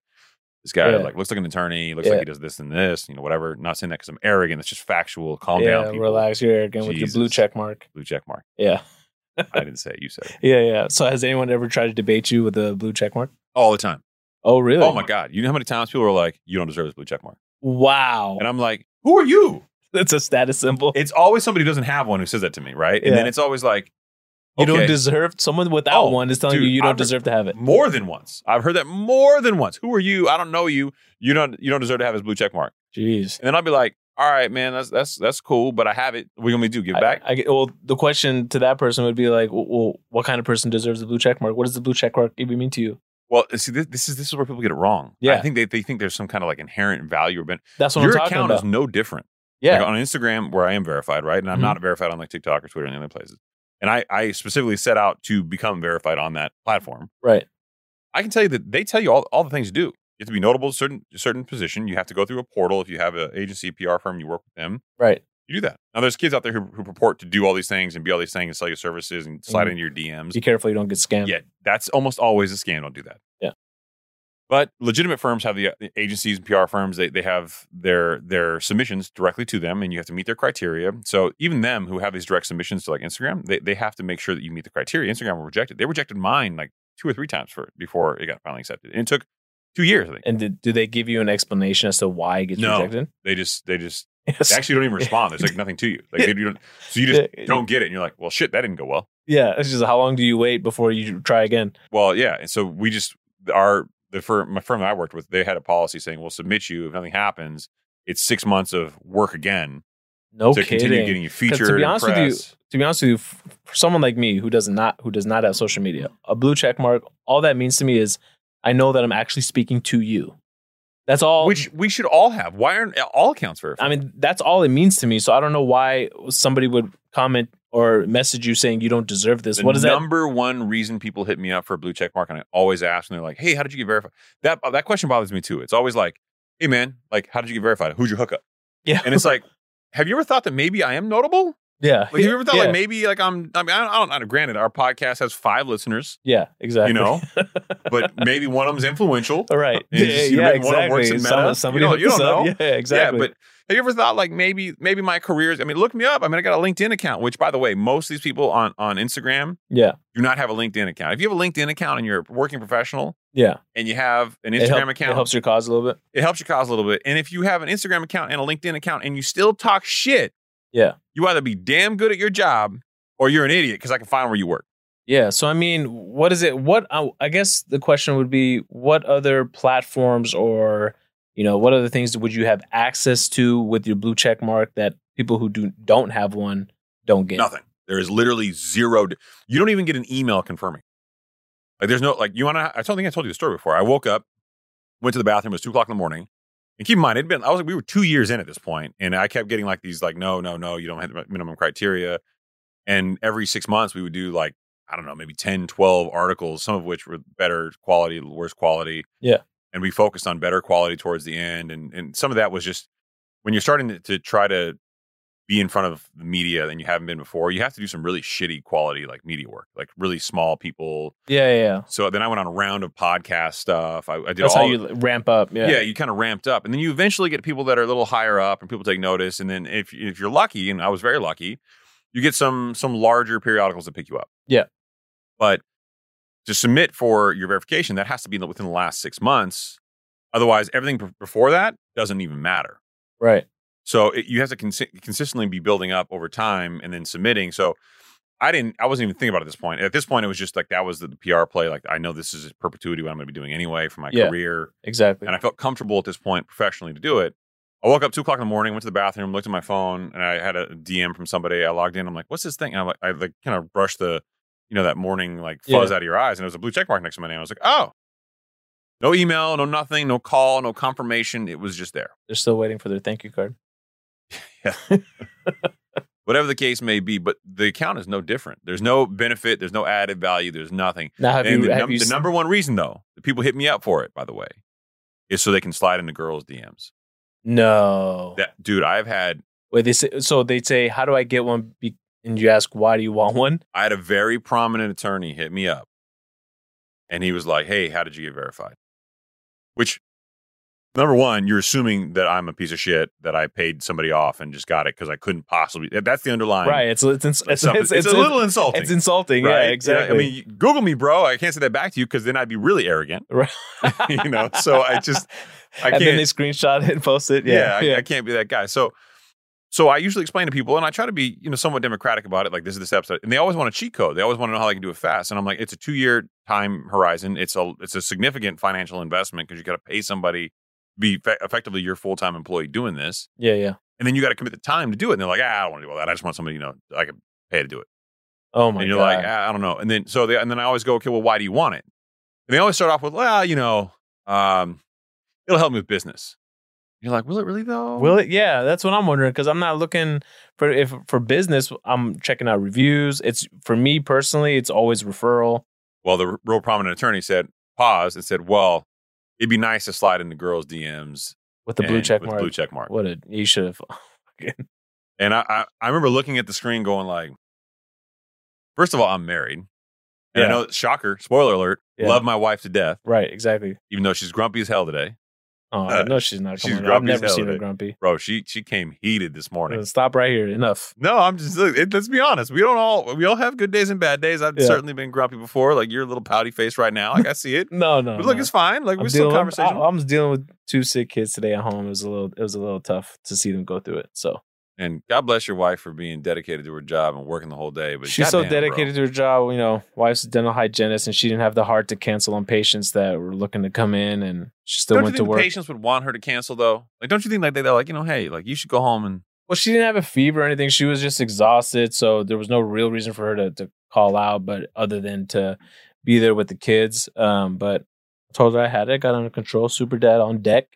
A: this guy
B: Yeah.
A: like looks like an attorney, looks
B: Yeah.
A: like he does this and this, you know, whatever. Not saying that because I'm arrogant. It's just factual. Calm
B: yeah,
A: down, people.
B: relax. You're arrogant with your blue
A: Jesus.
B: check mark.
A: Blue check mark.
B: Yeah,
A: I didn't say it. You said it
B: yeah, yeah. So has anyone ever tried to debate you with a blue check mark?
A: all the time.
B: Oh, really?
A: Oh my god! You know how many times people are like, "You don't deserve this blue check mark,"
B: Wow,
A: and I'm like, "Who are you?"
B: that's a status symbol.
A: it's always somebody who doesn't have one who says that to me, right? And
B: Yeah.
A: then it's always like,
B: You don't
A: okay,
B: deserve. Someone without
A: Oh,
B: one is telling
A: dude,
B: you you don't
A: I've-
B: deserve to have it.
A: more than once. I've heard that more than once. Who are you? I don't know you. You don't you don't deserve to have this blue check mark.
B: Jeez.
A: And then I'll be like, all right, man, that's that's that's cool, but I have it. What do you want me to do? Give it
B: I-
A: back?
B: I, get- well, the question to that person would be like, well, well, what kind of person deserves the blue check mark? What does the blue check mark even mean to you?
A: Well, see, this, this is this is where people get it wrong.
B: Yeah.
A: I think they, they think there's some kind of like inherent value or ben-
B: That's what
A: Your
B: I'm talking
A: account
B: about.
A: is no different.
B: yeah,
A: Like on Instagram, where I am verified, right? And I'm
B: Mhm.
A: not verified on like TikTok or Twitter and other places. And I, I specifically set out to become verified on that platform.
B: right.
A: I can tell you that they tell you all, all the things to do. You have to be notable, certain certain position. You have to go through a portal. If you have an agency, PR firm, you work with them.
B: Right.
A: You do that. Now, there's kids out there who, who purport to do all these things and be all these things and sell your services and slide
B: Mhm.
A: into your DMs.
B: Be careful you don't get scammed.
A: Yeah, that's almost always a scam. Don't do that.
B: Yeah.
A: But legitimate firms have the, the agencies and PR firms. They they have their their submissions directly to them, and you have to meet their criteria. So even them who have these direct submissions to like Instagram, they they have to make sure that you meet the criteria. Instagram will reject it. They rejected mine like two or three times for before it got finally accepted. And it took two years. I think
B: And did, do they give you an explanation as to why it gets
A: No.
B: rejected?
A: they just they just
B: Yes.
A: they actually don't even respond. There's like nothing to you. Like they don't. So you just don't get it, and you're like, well, shit, that didn't go well.
B: Yeah, it's just how long do you wait before you try again?
A: Well, yeah, and so we just our the firm my firm that I worked with they had a policy saying we'll submit you if nothing happens. It's six months of work again
B: No
A: to
B: kidding.
A: continue getting you featured.
B: be
A: and
B: honest with you,
A: press.
B: to be honest with you, f- for someone like me who does not who does not have social media, a blue check mark, all that means to me is I know that I'm actually speaking to you. That's all.
A: which we should all have. Why aren't all accounts verified?
B: I mean, that's all it means to me. So I don't know why somebody would comment or message you saying you don't deserve this.
A: the
B: what is that?
A: number one reason people hit me up for a blue check mark, and I always ask, and they're like, "Hey, how did you get verified?" That that question bothers me too. It's always like, "Hey, man, like, how did you get verified? Who's your hookup?"
B: Yeah,
A: And it's like, have you ever thought that maybe I am notable?
B: yeah.
A: Like, have you ever thought
B: yeah.
A: like maybe like I'm? I mean, I don't, I don't. I don't- Granted, our podcast has five listeners.
B: yeah, exactly.
A: you know, but maybe one of them's influential.
B: all right.
A: You
B: Yeah,
A: just- you
B: yeah,
A: make one that works
B: exactly.
A: in
B: Some-
A: meta.
B: somebody
A: You don't- you
B: hooks
A: don't
B: up.
A: know.
B: Yeah, exactly.
A: Yeah, but have you ever thought like maybe maybe my career is? I mean, look me up. I mean, I got a LinkedIn account, which by the way, most of these people on on Instagram
B: yeah,
A: do not have a LinkedIn account. If you have a LinkedIn account and you're a working professional
B: yeah.
A: and you have an
B: It
A: Instagram
B: help-
A: account,
B: it helps your cause a little bit.
A: it helps your cause a little bit. And if you have an Instagram account and a LinkedIn account and you still talk shit,
B: Yeah.
A: you either be damn good at your job or you're an idiot because I can find where you work.
B: Yeah. So I mean, what is it? What I I guess the question would be, what other platforms or you know what other things would you have access to with your blue check mark that people who do don't have one don't get?
A: Nothing. There is literally zero. d- You don't even get an email confirming. Like there's no like you want to. I don't think I told you the story before. I woke up, went to the bathroom. It was two o'clock in the morning. And keep in mind, it'd been I was like we were two years in at this point, and I kept getting like these like no no no you don't have the minimum criteria. And every six months we would do like I don't know maybe 10, 12 articles, some of which were better quality, worse quality.
B: Yeah.
A: And we focused on better quality towards the end, and and some of that was just when you're starting to, to try to be in front of the media than you haven't been before, you have to do some really shitty quality like media work, like really small people.
B: Yeah, yeah. yeah.
A: So then I went on a round of podcast stuff. I, I did
B: That's
A: all
B: how you ramp up.
A: yeah.
B: Yeah.
A: you kind of ramped up, and then you eventually get people that are a little higher up, and people take notice. And then if if you're lucky, and I was very lucky, you get some some larger periodicals that pick you up.
B: Yeah.
A: but to submit for your verification, that has to be within the last six months. Otherwise, everything b- before that doesn't even matter.
B: Right.
A: So it, you have to consi- consistently be building up over time and then submitting. So I didn't, I wasn't even thinking about it at this point. At this point, it was just like that was the, the PR play. Like I know this is perpetuity what I'm going to be doing anyway for my
B: Yeah.
A: career,
B: Exactly.
A: and I felt comfortable at this point professionally to do it. I woke up two o'clock in the morning, went to the bathroom, looked at my phone, and I had a DM from somebody. I logged in. I'm like, "What's this thing?" And I like, I like kind of brushed the, you know, that morning like fuzz out of your eyes, and it was a blue check mark next to my name. I was like, "Oh, no email, no nothing, no call, no confirmation. It was just there."
B: They're still waiting for their thank you card.
A: whatever the case may be. But the account is no different. There's no benefit. There's no added value. There's nothing.
B: Now have
A: and
B: you
A: the,
B: have
A: num-
B: you
A: the
B: s-
A: number one reason, though, that people hit me up for it, by the way, is so they can slide into girls' DMs.
B: No.
A: That dude, I've had.
B: Wait, they say, so they say, how do I get one? Be, and you ask, why do you want one?
A: I had a very prominent attorney hit me up, and he was like, "Hey, how did you get verified?" Which, number one, you're assuming that I'm a piece of shit that I paid somebody off and just got it because I couldn't possibly. that- That's the underlying.
B: right. It's it's it's, it's,
A: something.
B: it's,
A: It's, a little insulting.
B: It's insulting.
A: right?
B: Yeah. Exactly.
A: I mean, you- Google me, bro. I can't say that back to you because then I'd be really arrogant. you know, so I just- I
B: and then
A: can't-
B: they screenshot it and post it.
A: Yeah,
B: Yeah,
A: I- I, can't be that guy. So, so I usually explain to people, and I try to be you know somewhat democratic about it. Like this is this episode, and they always want a cheat code. They always want to know how they can do it fast. And I'm like, it's a two year time horizon. It's a it's a significant financial investment because you got to pay somebody to be fe- effectively your full time employee doing this,
B: yeah, yeah.
A: and then you got to commit the time to do it. And they're like, ah, I don't want to do all that. I just want somebody you know I can pay to do it.
B: Oh my
A: and you're
B: god.
A: like, ah, I don't know. And then so they, and then I always go, okay, well, why do you want it? And they always start off with, well, you know, um, it'll help me with business. You're like, will it really though?
B: Will it? Yeah, that's what I'm wondering because I'm not looking for if for business. I'm checking out reviews. It's for me personally. It's always referral.
A: Well, the r- real prominent attorney said, paused and said, well, it'd be nice to slide into girls' DMs
B: With the blue
A: and-
B: check
A: with
B: mark.
A: Blue check mark.
B: What a you should have.
A: And I, I, I remember looking at the screen going like, first of all, I'm married. And I
B: Yeah.
A: know, shocker, spoiler alert,
B: Yeah.
A: love my wife to death,
B: Right, exactly.
A: even though she's grumpy as hell today.
B: Oh
A: Uh,
B: no, she's not.
A: she's
B: She's I've
A: grumpy as
B: never
A: hell
B: seen her
A: today.
B: grumpy. Uh,
A: Bro, she she came heated this morning.
B: Stop right here. Enough.
A: No, I'm just look, it, let's be honest. We don't all we all have good days and bad days. I've
B: Yeah.
A: certainly been grumpy before. Like you're a little pouty face right now. Like I see it.
B: No, no.
A: but look,
B: no.
A: it's fine. Like
B: I'm
A: we're still
B: dealing-
A: conversation.
B: I, I was dealing with two sick kids today at home. It was a little. It was a little tough to see them go through it. So
A: and God bless your wife for being dedicated to her job and working the whole day. But
B: she's so
A: goddamn, bro.
B: dedicated to her job. You know, wife's a dental hygienist, and she didn't have the heart to cancel on patients that were looking to come in, and she still
A: Don't you
B: went
A: think
B: to
A: the
B: work.
A: patients would want her to cancel though? Like, don't you think like they, they're like, you know, hey, like you should go home and
B: well, she didn't have a fever or anything. She was just exhausted, so there was no real reason for her to, to call out, but other than to be there with the kids. Um, but I told her I had it, got under control. Super dad on deck.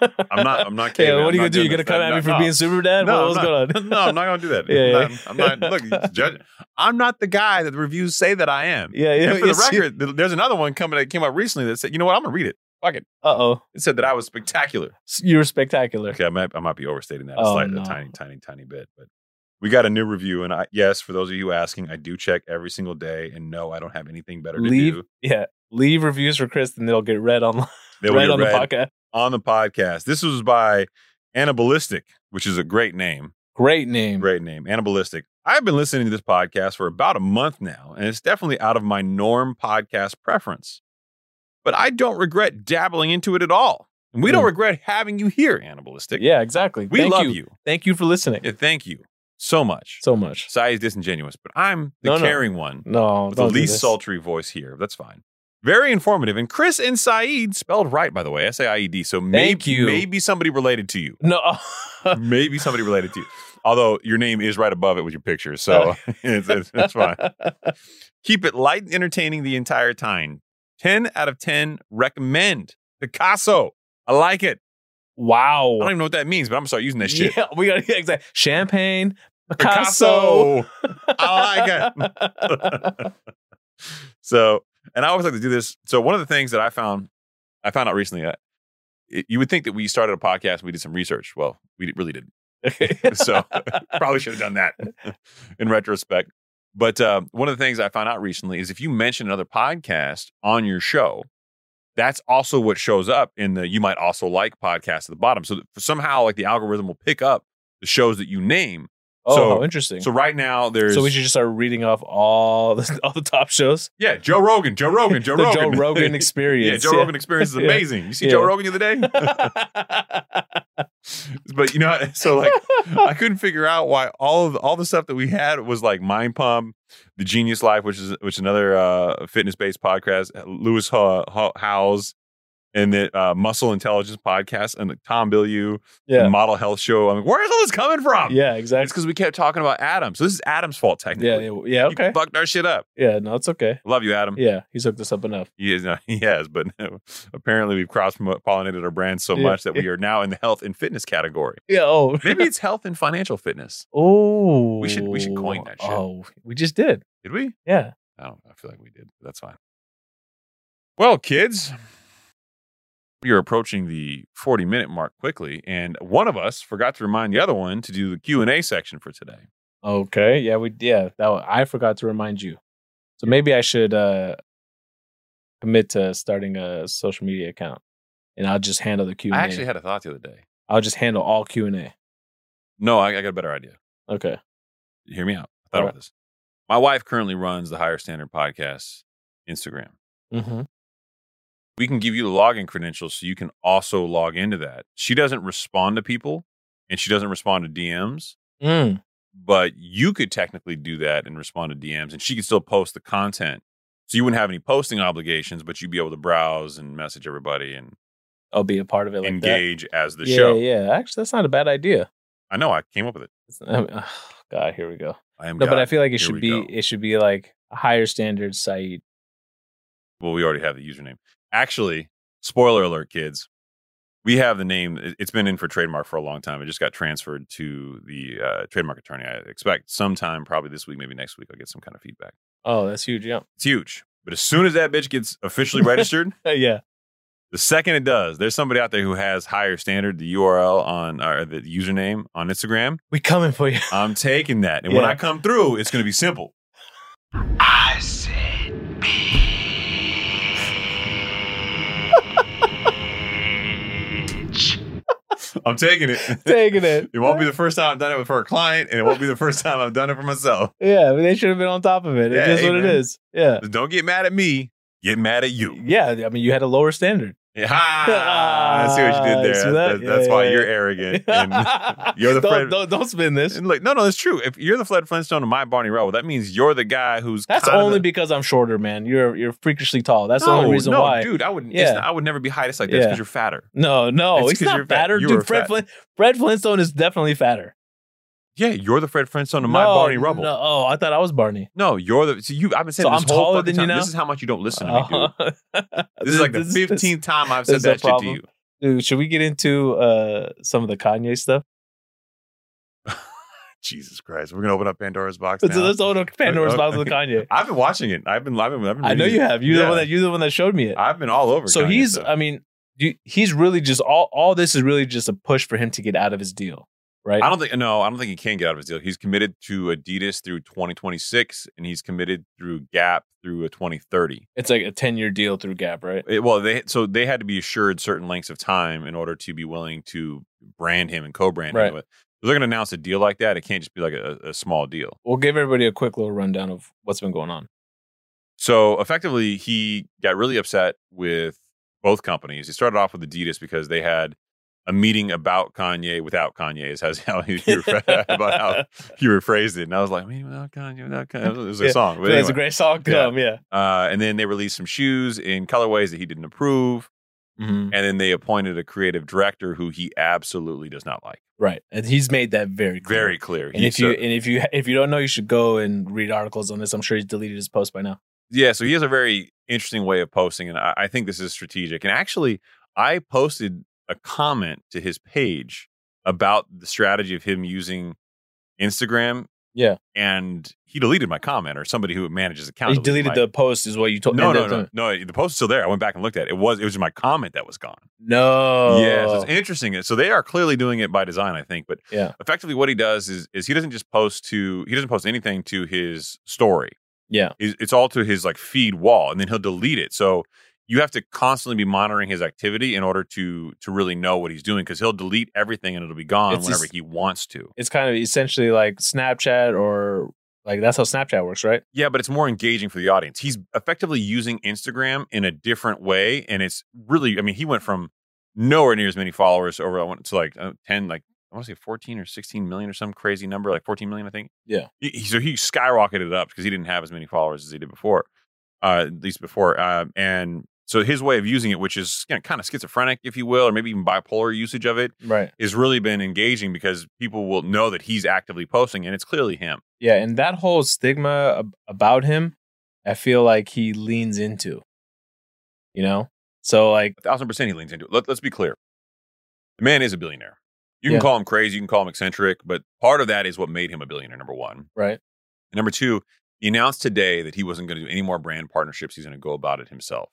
A: I'm not. I'm not kidding.
B: Yeah, what
A: I'm
B: are you gonna
A: not
B: do? You
A: doing
B: gonna
A: this.
B: come
A: I'm
B: at
A: not-
B: me for
A: no.
B: being super dad?
A: No,
B: what
A: I'm
B: was
A: not.
B: going on?
A: no, I'm not gonna do that.
B: Yeah,
A: I'm,
B: yeah.
A: Not, I'm not. Look, you judge. I'm not the guy that the reviews say that I am.
B: Yeah, yeah.
A: And for the record, th- there's another one coming that came out recently that said, you know what, I'm gonna read it. Fuck it.
B: uh oh,
A: It said that I was spectacular.
B: you were spectacular.
A: Okay, I might, I might be overstating that a,
B: Oh,
A: slight,
B: no.
A: a tiny, tiny, tiny bit, but we got a new review, and I yes, for those of you asking, I do check every single day, and no, I don't have anything better to
B: Leave-
A: do.
B: Yeah, leave reviews for Chris, and they'll get read on
A: They will
B: read
A: get
B: on
A: read
B: the podcast.
A: on the podcast. This was by Anabalistic, which is a great name.
B: Great name.
A: Great name, Anabalistic. I've been listening to this podcast for about a month now, and it's definitely out of my norm podcast preference. But I don't regret dabbling into it at all. And we don't
B: Hmm.
A: regret having you here, Anabalistic.
B: Yeah, exactly.
A: We
B: Thank
A: love
B: you.
A: you.
B: Thank you for listening
A: Yeah, thank you so much.
B: so much.
A: Sai is disingenuous, but I'm the
B: No, no.
A: caring one.
B: No,
A: With the
B: don't do
A: least
B: this.
A: sultry voice here. That's fine. Very informative. And Chris and Saeed spelled right, by the way. S A I E D. So maybe,
B: Thank you.
A: maybe somebody related to you.
B: No,
A: maybe somebody related to you. Although your name is right above it with your picture. So it's, it's, it's fine. Keep it light and entertaining the entire time. 10 out of 10 recommend Picasso. I like it. I don't
B: Wow.
A: even know what that means, but I'm gonna start using that shit.
B: Yeah, we got yeah, exactly. Champagne, Picasso.
A: Oh, I
B: like it.
A: So, and I always like to do this. So, one of the things that I found, I found out recently, I, it- you would think that we started a podcast, we did some research. Well, we really did.
B: okay.
A: So, Probably should have done that in retrospect. But uh, one of the things I found out recently is if you mention another podcast on your show, that's also what shows up in the you might also like podcast at the bottom. So that somehow, like the algorithm will pick up the shows that you name.
B: Oh,
A: So-
B: how interesting.
A: So
B: So,
A: right now, there's
B: we should just start reading off all the all the top shows.
A: yeah, Joe Rogan, Joe Rogan, Joe
B: the
A: Rogan,
B: Joe Rogan
A: yeah,
B: experience.
A: Joe Rogan experience is
B: Yeah.
A: amazing. You see
B: Yeah.
A: Joe Rogan the other day, but you know, so like I couldn't figure out why all of all the stuff that we had was like Mind Pump, The Genius Life, which is which is another uh, fitness based podcast, Lewis Ho- Ho- Howes, and the uh, Muscle Intelligence podcast, and the Tom Bilyeu, the
B: yeah.
A: Model Health Show. I'm like, where's all this coming from?
B: Yeah,
A: it's
B: exactly.
A: because we kept talking about Adam. So this is Adam's fault technically.
B: Yeah, yeah, yeah,
A: You Mm.
B: okay.
A: fucked our shit up.
B: Yeah, no, it's okay.
A: Love you, Adam.
B: Yeah, he's hooked us up enough.
A: He is not, he has, but apparently we've cross pollinated our brands so
B: Yeah.
A: much that we are now in the health and fitness category.
B: Yeah. Oh.
A: Maybe it's health and financial fitness.
B: Oh.
A: should- we should coin that shit.
B: Oh, we just did.
A: Did we?
B: Yeah.
A: I don't. I feel like we did. But that's fine. Well, kids, we are approaching the forty-minute mark quickly, and one of us forgot to remind the other one to do the Q and A section for today.
B: Okay. Yeah. We. Yeah. That. One, I forgot to remind you. So maybe I should uh commit to starting a social media account, and I'll just handle the Q
A: I
B: and
A: actually
B: A.
A: had a thought the other day.
B: I'll just handle all Q and A.
A: No, I, I got a better idea.
B: Okay.
A: Hear me out. I thought
B: All
A: about this. My wife currently runs the Higher Standard Podcast Instagram.
B: Mm-hmm.
A: we can give you the login credentials so you can also log into that. She doesn't respond to people and she doesn't respond to DMs,
B: Mm.
A: but you could technically do that and respond to DMs and she could still post the content. So you wouldn't have any posting obligations, but you'd be able to browse and message everybody and
B: I'll be a part of it like that.
A: engage as the
B: yeah,
A: show.
B: yeah. Actually, that's not a bad idea.
A: I know I came up with it.
B: It's- I mean, God, here we go.
A: I am
B: No, but
A: God.
B: I feel like it
A: Here
B: should
A: we
B: be
A: go.
B: it should be like a higher standard Saeed.
A: Well, we already have the username. Actually, spoiler alert, kids. We have the name. it- It's been in for trademark for a long time. It just got transferred to the uh, trademark attorney. I expect sometime, probably this week, maybe next week, I'll get some kind of feedback.
B: Oh, that's huge. Yeah.
A: It's huge. But as soon as that bitch gets officially registered,
B: Uh, yeah.
A: The second it does, there's somebody out there who has higher standard, the URL on or the username on Instagram.
B: We coming for you.
A: I'm taking that. And when
B: Yeah.
A: I come through, it's going to be simple.
D: I said bitch.
A: I'm taking it.
B: Taking it.
A: It won't be the first time I've done it for a client, and it won't be the first time I've done it for myself.
B: Yeah, but they should have been on top of it. It's
A: Yeah,
B: just
A: hey,
B: what
A: man.
B: it is. Yeah.
A: But Don't get mad at me. Get mad at you.
B: Yeah. I mean, you had a lower standard.
A: Ha! I see what you did there.
B: Ah, See that?
A: That's,
B: Yeah,
A: that's why
B: yeah,
A: you're
B: yeah.
A: arrogant. And, you're the
B: don't,
A: friend-
B: don't, don't spin this.
A: and like, no, no, it's true. If you're the Fred Flintstone and my Barney Rubble, that means you're the guy who's
B: That's
A: kinda
B: only
A: the-
B: because I'm shorter, man. You're you're freakishly tall. That's the
A: No,
B: only reason
A: no,
B: why.
A: dude. I would, it's
B: Yeah.
A: not- I would never be height like that because
B: Yeah.
A: you're fatter.
B: No, no,
A: It's
B: he's
A: 'cause you're
B: not
A: fat.
B: fatter,
A: You were
B: dude. Fred,
A: fat.
B: Flint, Fred Flintstone is definitely fatter.
A: Yeah, you're the Fred Flintstone and my
B: No,
A: Barney Rubble.
B: No, oh, I thought I was Barney.
A: No, you're the. So you. I've been saying
B: So
A: this
B: I'm
A: whole
B: taller
A: fucking
B: than you
A: time.
B: now? Uh-huh.
A: This is how much you don't listen to me, dude. This, is like the
B: this-
A: fifteenth time I've said
B: this is a
A: that shit to
B: problem.
A: you.
B: Dude, should we get into uh, some of the Kanye stuff?
A: Jesus Christ, we're gonna open up Pandora's box
B: Let's,
A: now.
B: let's open up Pandora's
A: Okay.
B: box with Kanye.
A: I've been watching it. I've been. I've been. I've been
B: I know
A: reading
B: you
A: it.
B: have. You're
A: Yeah.
B: the one that you're the one that showed me it.
A: I've been all over.
B: so
A: Kanye
B: he's.
A: stuff.
B: I mean, you, he's really just all. All this is really just a push for him to get out of his deal, right?
A: I don't think. No, I don't think he can get out of his deal. He's committed to Adidas through 2026, and he's committed through Gap through a 2030.
B: it's like a ten year deal through Gap, right?
A: It- well, they so they had to be assured certain lengths of time in order to be willing to brand him and co-brand
B: Right.
A: him with. If they're going to announce a deal like that. It can't just be like a, a small deal.
B: We'll give everybody a quick little rundown of what's been going on.
A: So effectively, he got really upset with both companies. He started off with Adidas because they had a meeting about Kanye without Kanye. Is how- how he, he rephr- about how he rephrased it, and I was like, "Meeting without Kanye, without Kanye." It was a
B: Yeah.
A: song. But
B: That's a
A: anyway.
B: great song.
A: Yeah.
B: Come, yeah.
A: uh, and then they released some shoes in colorways that he didn't approve, and then they appointed a creative director who he absolutely does not like.
B: Right, and he's made that very clear.
A: Very clear.
B: And
A: He
B: if you
A: said-
B: and if you if you don't know, you should go and read articles on this. I'm sure he's deleted his post by now.
A: yeah, so he has a very interesting way of posting, and I, I think this is strategic. And actually, I posted a comment to his page about the strategy of him using Instagram.
B: Yeah.
A: and he deleted my comment, or somebody who manages accounts.
B: he deleted the post, is what you told.
A: No,
B: and
A: no,
B: then-
A: no, no. The post is still there. I went back and looked at it. It was it was my comment that was gone.
B: no.
A: Yeah, so it's interesting. So they are clearly doing it by design, I think. But
B: Oh. Yeah.
A: effectively, what he does is is he doesn't just post to he doesn't post anything to his story.
B: Yeah.
A: It's it's all to his like feed wall, and then he'll delete it. So you have to constantly be monitoring his activity in order to to really know what he's doing because he'll delete everything and it'll be gone
B: It's
A: whenever
B: just-
A: he wants to.
B: it's kind of essentially like Snapchat or like that's how Snapchat works, right?
A: Yeah, but it's more engaging for the audience. He's effectively using Instagram in a different way, and it's really. I mean, he went from nowhere near as many followers over I want to like uh, ten, like I want to say fourteen or sixteen million or some crazy number, like fourteen million, I think.
B: Yeah.
A: He, he- so he skyrocketed it up because he didn't have as many followers as he did before, uh, at least before. Um, and so his way of using it, which is you know, kind of schizophrenic, if you will, or maybe even bipolar usage of it,
B: Right.
A: is really been engaging because people will know that he's actively posting, and it's clearly him.
B: Yeah, and that whole stigma ab- about him, I feel like he leans into. You know, so like
A: a thousand percent he leans into it. Let, let's be clear. The man is a billionaire. You can
B: Yeah.
A: call him crazy, you can call him eccentric, but part of that is what made him a billionaire, number one. And
B: right.
A: number two, he announced today that he wasn't going to do any more brand partnerships. He's going to go about it himself.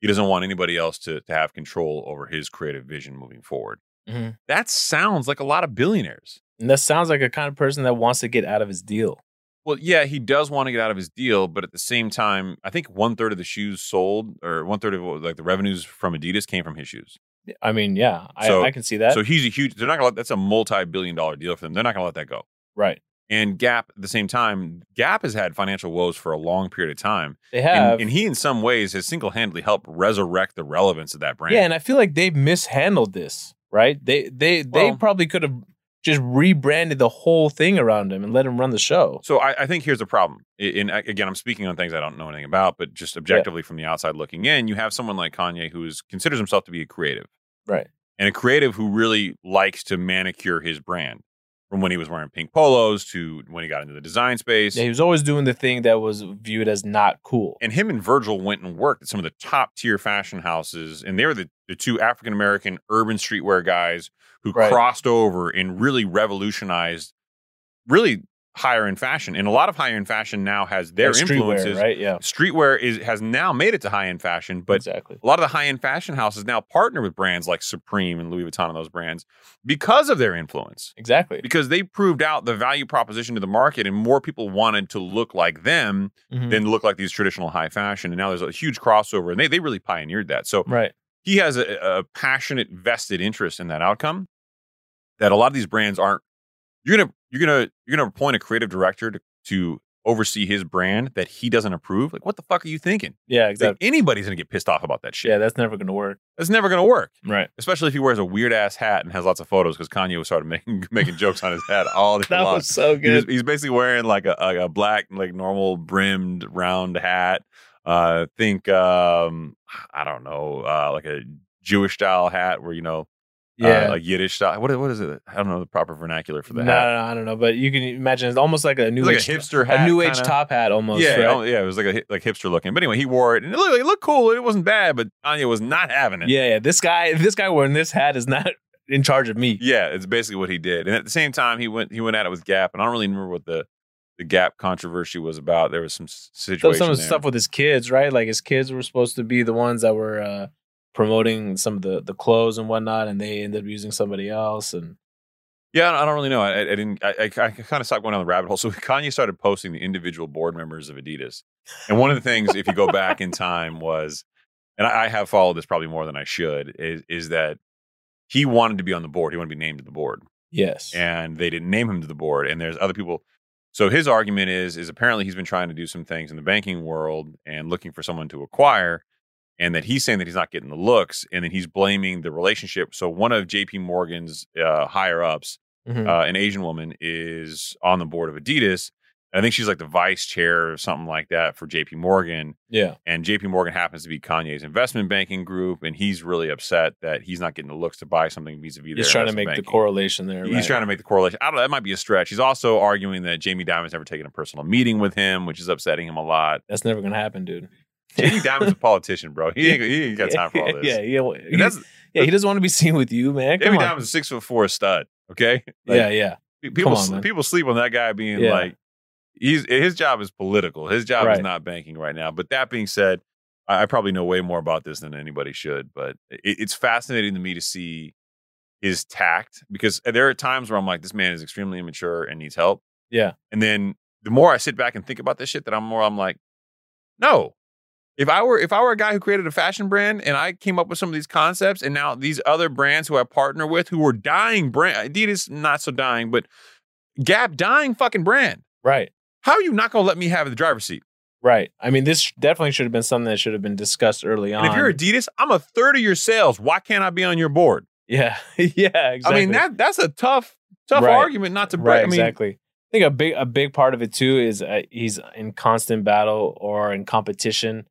A: He doesn't want anybody else to, to have control over his creative vision moving forward.
B: Mhm.
A: That sounds like a lot of billionaires.
B: And that sounds like a kind of person that wants to get out of his deal.
A: Well, yeah, he does want to get out of his deal, but at the same time, I think one third of the shoes sold, or one third of what- like the revenues from Adidas came from his shoes.
B: I mean, yeah, I,
A: So-
B: I can see that.
A: So he's a huge. They're not gonna let. That's a multi-billion dollar deal for them. They're not gonna let that go.
B: right.
A: And Gap, at the same time, Gap has had financial woes for a long period of time,
B: They
A: And-
B: have.
A: and, he, in some ways, has single-handedly helped resurrect the relevance of that brand.
B: Yeah, and I feel like they've mishandled this, right? They they they
A: Well-
B: probably could have just rebranded the whole thing around him and let him run the show.
A: so I, I think here's the problem. I- And I- again, I'm speaking on things I don't know anything about, but just objectively from the outside looking in, you have someone like Kanye who is considers himself to be a creative,
B: Right.
A: and a creative who really likes to manicure his brand. from when he was wearing pink polos to when he got into the design space.
B: Yeah, he was always doing the thing that was viewed as not cool.
A: and him and Virgil went and worked at some of the top tier fashion houses, and they were the, the two African American urban streetwear guys who
B: Right.
A: crossed over and really revolutionized, really higher end fashion. And a lot of higher end fashion now has their
B: Like streetwear,
A: influences.
B: right? Yeah,
A: Streetwear is has now made it to high end fashion, but
B: exactly.
A: a lot of the high end fashion houses now partner with brands like Supreme and Louis Vuitton and those brands because of their influence
B: Exactly.
A: because they proved out the value proposition to the market and more people wanted to look like them
B: Mhm.
A: than look like these traditional high fashion and now there's a huge crossover and they, they really pioneered that so
B: right.
A: he has a, a passionate vested interest in that outcome that a lot of these brands aren't you're gonna you're gonna you're gonna appoint a creative director to, to oversee his brand that he doesn't approve like what the fuck are you thinking
B: Yeah,
A: It's like
B: exactly.
A: anybody's gonna get pissed off about that shit
B: Yeah, that's never gonna work.
A: that's never gonna work
B: Right.
A: especially if he wears a weird ass hat and has lots of photos because kanye started making making jokes on his hat all day
B: That
A: long
B: was so
A: he was-
B: good.
A: he's basically wearing like a, a, a black, like normal brimmed round hat. Uh, think, um, I don't know, uh, like a Jewish style hat where, you know,
B: Yeah.
A: uh, like Yiddish style. What, what is it? I don't know the proper vernacular for the
B: no,
A: hat.
B: no, no, I don't know, but you can imagine it's almost like a new
A: It's like a
B: age,
A: hipster hat.
B: new age
A: kinda.
B: top hat almost.
A: Yeah,
B: right?
A: oh, yeah, it was like a hi- like hipster looking. But anyway, he wore it and it looked, it looked cool. It wasn't bad, but Anya was not having it.
B: yeah, yeah. This guy, this guy wearing this hat is not in charge of me.
A: Yeah, it's basically what he did. And at the same time, he went he went at it with Gap, and I don't really remember what the the Gap controversy was about. There was some s-
B: There
A: situation.
B: was some
A: there.
B: stuff with his kids, right? Like his kids were supposed to be the ones that were uh, promoting some of the the clothes and whatnot, and they ended up using somebody else. And
A: Yeah, I don't really know. I, I didn't. I, I, I kind of stopped going down the rabbit hole. So Kanye started posting the individual board members of Adidas, and one of the things, if you go back in time, was, and I, I have followed this probably more than I should, is is that he wanted to be on the board. He wanted to be named to the board,
B: yes,
A: and they didn't name him to the board. And there's other people. So his argument is is apparently he's been trying to do some things in the banking world and looking for someone to acquire, and that he's saying that he's not getting the looks, and then he's blaming the relationship. So one of J.P. Morgan's uh, higher ups
B: Mhm.
A: uh, an Asian woman is on the board of Adidas. I think she's like the vice chair or something like that for JP Morgan.
B: yeah,
A: And JP Morgan happens to be Kanye's investment banking group. And he's really upset that he's not getting the looks to buy something vis a vis.
B: he's trying to make the correlation there.
A: He's
B: right?
A: trying to make the correlation. I don't know. That might be a stretch. He's also arguing that Jamie Dimon's never taken a personal meeting with him, which is upsetting him a lot.
B: That's never gonna happen, dude.
A: Jamie Dimon's a politician, bro. He ain't, he ain't got time for all this.
B: yeah, yeah,
A: And that's,
B: yeah. He doesn't want to be seen with you, man. Come
A: Jamie
B: on.
A: Dimon's a six foot four stud. Okay. Like,
B: yeah, yeah.
A: people
B: on,
A: sl-
B: man.
A: people sleep on that guy being
B: Yeah.
A: like he's his job is political. His job is
B: Right.
A: not banking right now. But that being said, I, I probably know way more about this than anybody should. But it, it's fascinating to me to see his tact because there are times where I'm like, this man is extremely immature and needs help.
B: Yeah.
A: And then the more I sit back and think about this shit, that I'm more I'm like, no. If I were if I were a guy who created a fashion brand and I came up with some of these concepts and now these other brands who I partner with who were dying brand Adidas not so dying, but Gap dying fucking brand.
B: Right,
A: How are you not gonna let me have the driver's seat?
B: right. I mean, this definitely should have been something that should have been discussed early on.
A: And if you're Adidas, I'm a third of your sales. Why can't I be on your board?
B: yeah, yeah, exactly.
A: I mean, that that's a tough, tough
B: Right.
A: argument not to break.
B: right,
A: I mean,
B: exactly. I think a big a big part of it too is uh, he's in constant battle or in competition,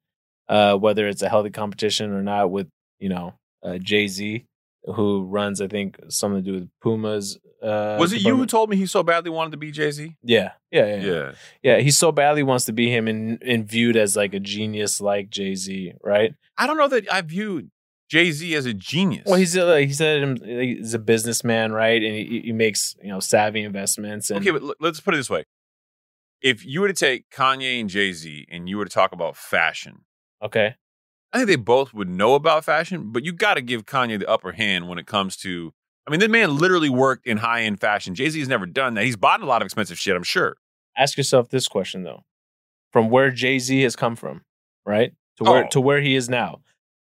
B: uh, whether it's a healthy competition or not. With you know uh, Jay Z, who runs I think something to do with Puma's. Uh,
A: was it you who
B: department.
A: told me he so badly wanted to be Jay Z?
B: yeah, yeah, yeah, yeah, yeah. He so badly wants to be him and and viewed as like a genius like Jay Z, right?
A: I don't know that I viewed Jay Z as a genius.
B: Well, he's a, he said him, he's a businessman, right? And he, he makes you know savvy investments and
A: okay, but l- let's put it this way: if you were to take Kanye and Jay Z and you were to talk about fashion,
B: okay,
A: I think they both would know about fashion, but you got to give Kanye the upper hand when it comes to. I mean, this man literally worked in high end fashion. Jay Z has never done that. He's bought a lot of expensive shit, I'm sure.
B: ask yourself this question though from where jay-z has come from right to where
A: Oh.
B: to where he is now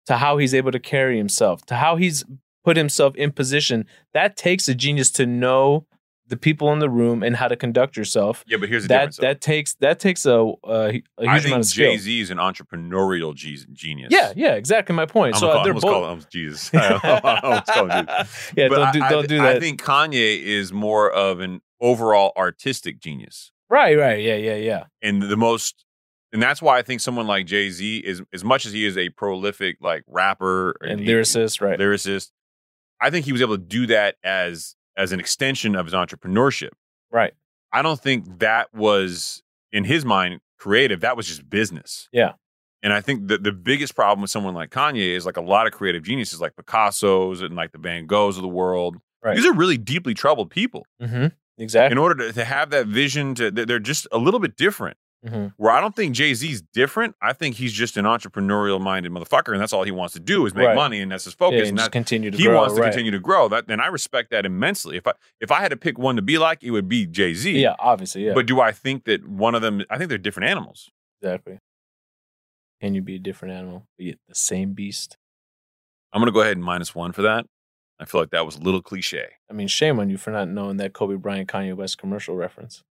B: to how he's able to carry himself to how he's put himself in position that takes a genius to know the people in the room and how to conduct yourself
A: Yeah, but here's the
B: that
A: difference. though.
B: that takes that takes a, a, a huge
A: I
B: amount
A: think
B: of skill
A: Jay Z is an entrepreneurial ge- genius.
B: yeah yeah exactly my
A: I'm
B: point so uh,
A: gonna call,
B: they're
A: I'm
B: both
A: gonna call him Jesus. I almost called him Jesus.
B: yeah
A: But
B: don't do,
A: I- I
B: don't
A: th-
B: do that
A: I think Kanye is more of an overall artistic genius.
B: right right yeah yeah yeah
A: and the most and that's why I think someone like Jay Z is as much as he is a prolific like rapper
B: and
A: he-
B: lyricist right
A: lyricist, I think he was able to do that as as an extension of his entrepreneurship.
B: Right.
A: I don't think that was in his mind creative. That was just business.
B: Yeah.
A: And I think that the biggest problem with someone like Kanye is like a lot of creative geniuses like Picasso's and like the Van Goghs of the world.
B: Right.
A: These are really deeply troubled people.
B: Mm-hmm. Exactly.
A: In order to, to have that vision, to they're they're just a little bit different.
B: mm-hmm.
A: Where I don't think Jay Z's different. I think he's just an entrepreneurial minded motherfucker, and that's all he wants to do is make
B: Right.
A: money, and that's his
B: yeah,
A: focus.
B: and
A: and
B: just
A: that,
B: continue to
A: he
B: grow,
A: wants to
B: right.
A: continue to grow. That and I respect that immensely. If I if I had to pick one to be like, it would be Jay Z.
B: Yeah, obviously. Yeah,
A: But do I think that one of them? I think they're different animals.
B: exactly. Can you be a different animal, be it the same beast?
A: I'm gonna go ahead and minus one for that. I feel like that was a little cliche.
B: I mean, shame on you for not knowing that Kobe Bryant Kanye West commercial reference.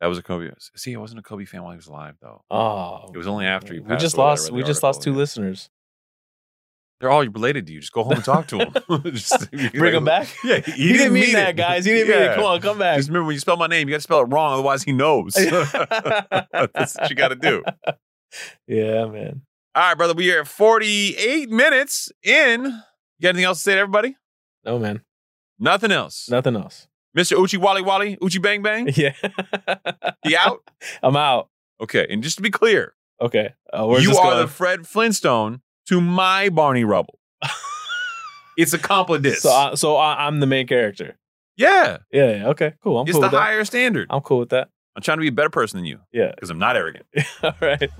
A: That was a Kobe. See, I wasn't a Kobe fan while he was alive, though.
B: Oh,
A: It was only after he
B: we
A: passed.
B: just
A: away that I
B: lost.
A: read
B: We
A: the
B: just
A: article,
B: lost two
A: yeah.
B: listeners.
A: They're all related to you. Just go home and talk to them. Just-
B: Bring him back.
A: Yeah,
B: He, didn't, mean, that,
A: it.
B: guys. He didn't mean
A: Yeah.
B: it. Come on, come back.
A: Just remember when you spell my name, you got to spell it wrong, otherwise he knows. That's what you got to do.
B: Yeah, man.
A: All right, brother. We are at 48 minutes in. You got anything else to say to everybody?
B: No, man.
A: Nothing else.
B: Nothing else.
A: Mr. Uchi Wally Wally, Uchi Bang Bang,
B: Yeah,
A: he out?
B: I'm out.
A: Okay. And just to be clear,
B: Okay, uh, where's
A: you
B: this
A: are
B: going?
A: the Fred Flintstone to my Barney Rubble. it's a compliment.
B: So, I, so I, I'm the main character.
A: yeah.
B: Yeah. yeah, Okay. Cool. I'm
A: it's
B: cool
A: the
B: with that.
A: higher standard.
B: I'm cool with that.
A: I'm trying to be a better person than you
B: Yeah.
A: because I'm not arrogant.
B: All right.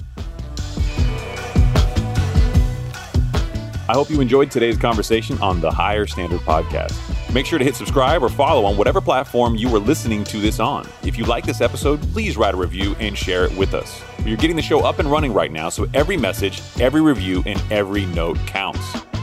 E: I hope you enjoyed today's conversation on the Higher Standard Podcast. Make sure to hit subscribe or follow on whatever platform you are listening to this on. If you like this episode, please write a review and share it with us. You're getting the show up and running right now, so every message, every review, and every note counts.